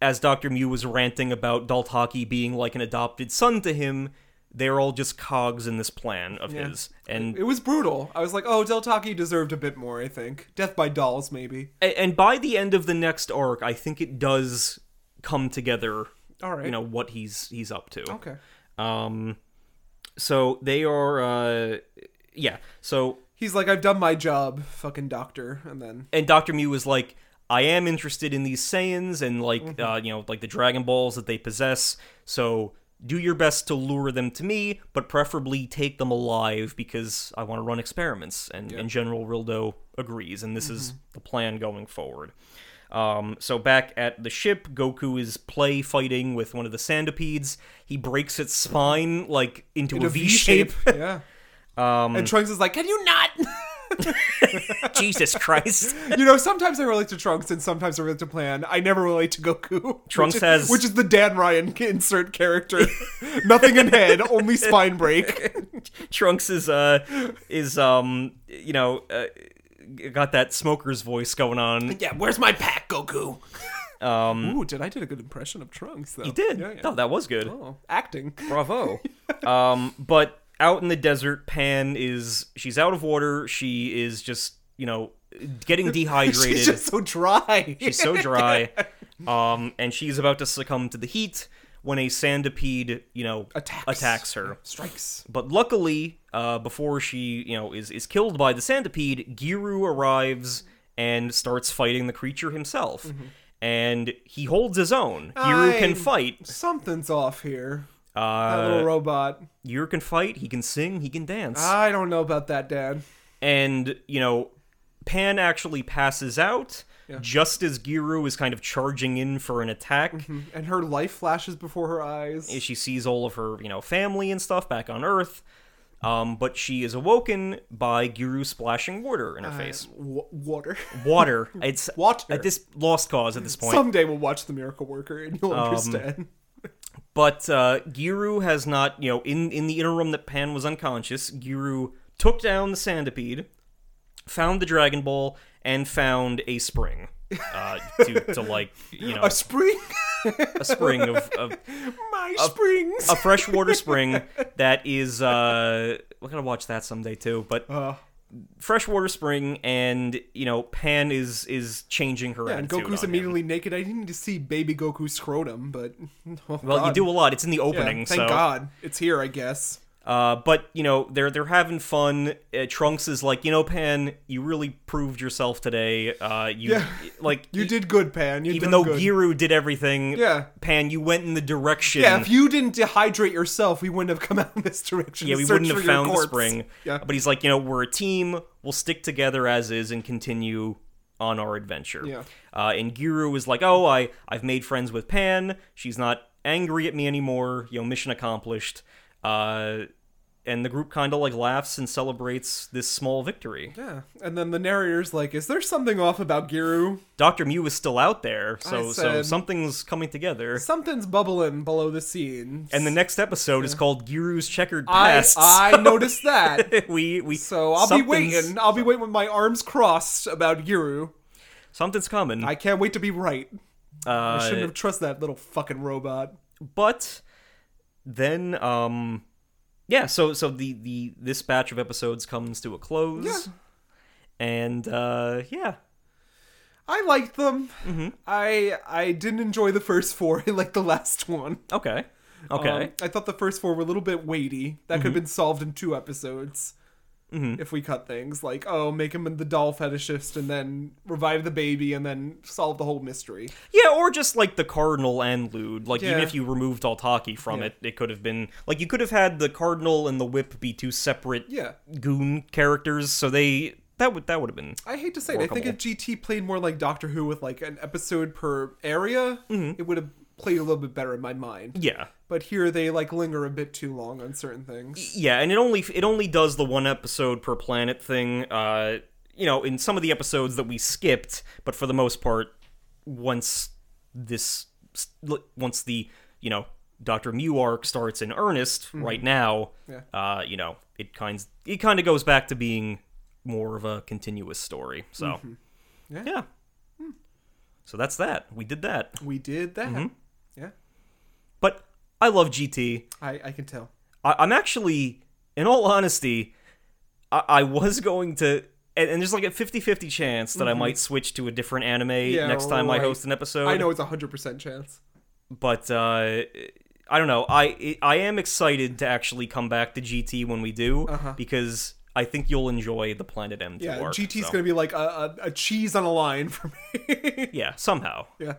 S1: as Doctor Mew was ranting about Daltaki being like an adopted son to him. They're all just cogs in this plan of his, and
S2: It was brutal. I was like, oh, Deltaki deserved a bit more. I think death by dolls, maybe.
S1: A- and by the end of the next arc, I think it does come together.
S2: All right.
S1: you know what he's he's up to.
S2: Okay.
S1: Um, so they are, uh, yeah. So
S2: He's like, I've done my job, fucking doctor. And then
S1: and Doctor Mew was like, I am interested in these Saiyans and like uh, you know like the Dragon Balls that they possess. So do your best to lure them to me, but preferably take them alive because I want to run experiments. And, and General Rildo agrees, and this is the plan going forward. Um, so back at the ship, Goku is play fighting with one of the Sandipedes. He breaks its spine like into, a V shape.
S2: yeah. Um, and Trunks is like, can you not?
S1: Jesus Christ.
S2: you know, sometimes I relate to Trunks and sometimes I relate to Plan. I never relate to Goku.
S1: Trunks
S2: which is,
S1: has-
S2: which is the Dan Ryan insert character. Nothing in head, only spine break.
S1: Trunks is uh is um you know uh, got that smoker's voice going on.
S2: Yeah, where's my pack, Goku? Um, Ooh, did I did a good impression of Trunks though?
S1: He did.
S2: Yeah, yeah.
S1: No, that was good.
S2: Oh, acting.
S1: Bravo. um, but out in the desert, Pan is she's out of water. She is just you know getting dehydrated.
S2: She's just so dry.
S1: She's so dry, um, and she's about to succumb to the heat when a sandipede you know
S2: Attacks.
S1: attacks her.
S2: Strikes.
S1: But luckily, uh, before she, you know, is is killed by the centipede, Giru arrives and starts fighting the creature himself. And he holds his own. Giru
S2: I-
S1: can fight.
S2: Something's off here. That little Ah.
S1: Uh,
S2: robot.
S1: Yer can fight, he can sing, he can dance.
S2: I don't know about that, Dan.
S1: and, you know, Pan actually passes out just as Giru is kind of charging in for an attack.
S2: Mm-hmm. And her life flashes before her eyes.
S1: is she sees all of her you know family and stuff back on earth um, but she is awoken by Giru splashing water in her face.
S2: W- water.
S1: Water. It's uh,
S2: Water.
S1: at this lost cause at this point. Um,
S2: Someday we'll watch The Miracle Worker and you'll understand.
S1: But uh, Giru has not, you know, in in the interim that Pan was unconscious, Giru took down the Sandipede, found the Dragon Ball, and found a spring uh, to to like you know
S2: A spring.
S1: a spring of, of
S2: My springs.
S1: a freshwater spring that is uh we're gonna watch that someday too but
S2: Uh.
S1: freshwater spring and you know pan is is changing her
S2: and
S1: attitude on
S2: Goku's
S1: him.
S2: immediately naked. I didn't need to see baby Goku's scrotum, but oh,
S1: well
S2: God.
S1: you do a lot it's in the
S2: Yeah,
S1: opening
S2: thank
S1: so
S2: God it's here, I guess.
S1: uh but you know they're they're having fun uh, trunks is like you know pan you really proved yourself today uh you
S2: Yeah.
S1: like
S2: You
S1: e-
S2: did good, Pan. You
S1: even
S2: done
S1: though
S2: good.
S1: Giru did everything
S2: Yeah.
S1: pan you went in the direction
S2: yeah, if you didn't dehydrate yourself, we wouldn't have come out in this direction.
S1: Yeah,
S2: to
S1: we
S2: search
S1: wouldn't
S2: for
S1: have
S2: your
S1: found the
S2: corpse.
S1: spring.
S2: Yeah.
S1: But he's like, you know, we're a team. We'll stick together as is and continue on our adventure.
S2: Yeah.
S1: Uh, and Giru is like, oh, I I've made friends with Pan. She's not angry at me anymore. You know, mission accomplished. Uh, and the group kind of like laughs and celebrates this small victory.
S2: Yeah, and then the narrator's like, "Is there something off about Giru?
S1: Doctor Mew is still out there, so so
S2: said-
S1: something's coming together.
S2: Something's bubbling below the scene."
S1: And the next episode is called Giru's Checkered
S2: I,
S1: Past.
S2: I noticed that,
S1: we we
S2: so I'll be
S1: something's-
S2: waiting. I'll be waiting with my arms crossed about Giru.
S1: Something's coming.
S2: I can't wait to be right.
S1: uh,
S2: I shouldn't have trusted that little fucking robot.
S1: but then um yeah so so the the this batch of episodes comes to a close
S2: Yeah.
S1: and uh yeah
S2: I liked them.
S1: Mm-hmm.
S2: I I didn't enjoy the first four. I liked the last one.
S1: okay okay Mm-hmm.
S2: Um, I thought the first four were a little bit weighty. That could have been solved in two episodes. If we cut things like, oh, make him the doll fetishist and then revive the baby and then solve the whole mystery.
S1: yeah or just like the cardinal and lude like even
S2: Yeah.
S1: if you removed altaki from
S2: Yeah.
S1: it it could have been like you could have had the cardinal and the whip be two separate
S2: Yeah.
S1: goon characters so they that would that would have been
S2: I hate to say it, I think
S1: Workable.
S2: if GT played more like Doctor Who with like an episode per area, it would have played a little bit better in my mind.
S1: Mm-hmm. yeah
S2: But here they like linger a bit too long on certain things.
S1: Yeah, and it only it only does the one episode per planet thing. Uh, you know, in some of the episodes that we skipped, but for the most part, once this once the you know Doctor Mew arc starts in earnest right now,
S2: Mm-hmm. Yeah.
S1: uh, you know it kinds it kind of goes back to being more of a continuous story. So,
S2: Mm-hmm. Yeah. Hmm.
S1: So that's that. We did that.
S2: We did that.
S1: mm-hmm.
S2: Yeah,
S1: But I love GT.
S2: I, I can tell.
S1: I, I'm actually, in all honesty, I, I was going to. And, and there's like a 50 50 chance that I might switch to a different anime
S2: Mm-hmm. Yeah,
S1: next time
S2: right.
S1: I host an episode.
S2: I know it's a hundred percent chance.
S1: But uh, I don't know. I, I am excited to actually come back to GT when we do because I think you'll enjoy the Planet M2
S2: Uh-huh. Yeah,
S1: arc.
S2: GT's
S1: so-
S2: gonna be like a, a, a cheese on a line for me.
S1: Yeah, somehow.
S2: yeah,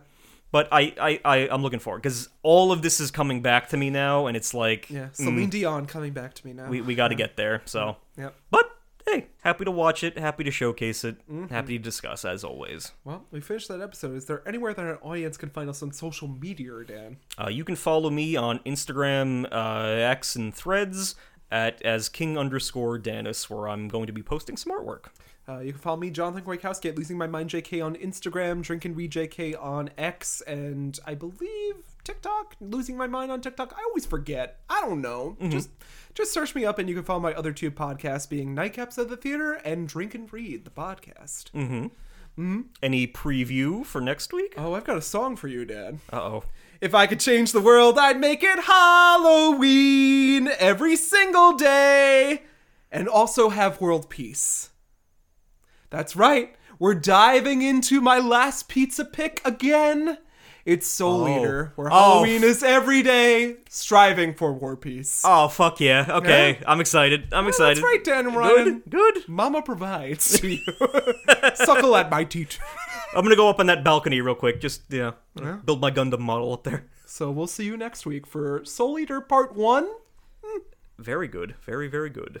S1: But I, I, I, I'm looking forward because all of this is coming back to me now and it's like,
S2: yeah. Celine Dion coming back to me now.
S1: Mm. we, we got to get there. So.
S2: yep.
S1: But hey, happy to watch it, happy to showcase it,
S2: Mm-hmm.
S1: happy to discuss as always.
S2: Well, we finished that episode. Is there anywhere that an audience can find us on social media, Dan?
S1: Uh, you can follow me on Instagram, uh, X, and Threads at as King underscore Danis, where I'm going to be posting some artwork.
S2: Uh, you can follow me, Jonathan Groykowski, at Losing My Mind JK on Instagram, Drink and Read JK on X, and I believe TikTok. Losing My Mind on TikTok. I always forget. I don't know. Just just search me up, and you can follow my other two podcasts, being Nightcaps of the Theater and Drink and Read, the podcast.
S1: Any preview for next week?
S2: Oh, I've got a song for you, Dad.
S1: Uh oh.
S2: If I could change the world, I'd make it Halloween every single day and also have world peace. That's right, we're diving into my last pizza pick again. It's Soul
S1: Oh.
S2: Eater, where
S1: Oh.
S2: Halloween is every day, striving for war peace.
S1: Oh fuck yeah! Okay, I'm excited. I'm excited.
S2: Oh, right, Dan and Ryan.
S1: Good, good.
S2: Mama provides to you. Suckle at my teat.
S1: I'm gonna go up on that balcony real quick. Just yeah, build my Gundam model up there.
S2: So we'll see you next week for Soul Eater Part 1.
S1: Very good. Very, very good.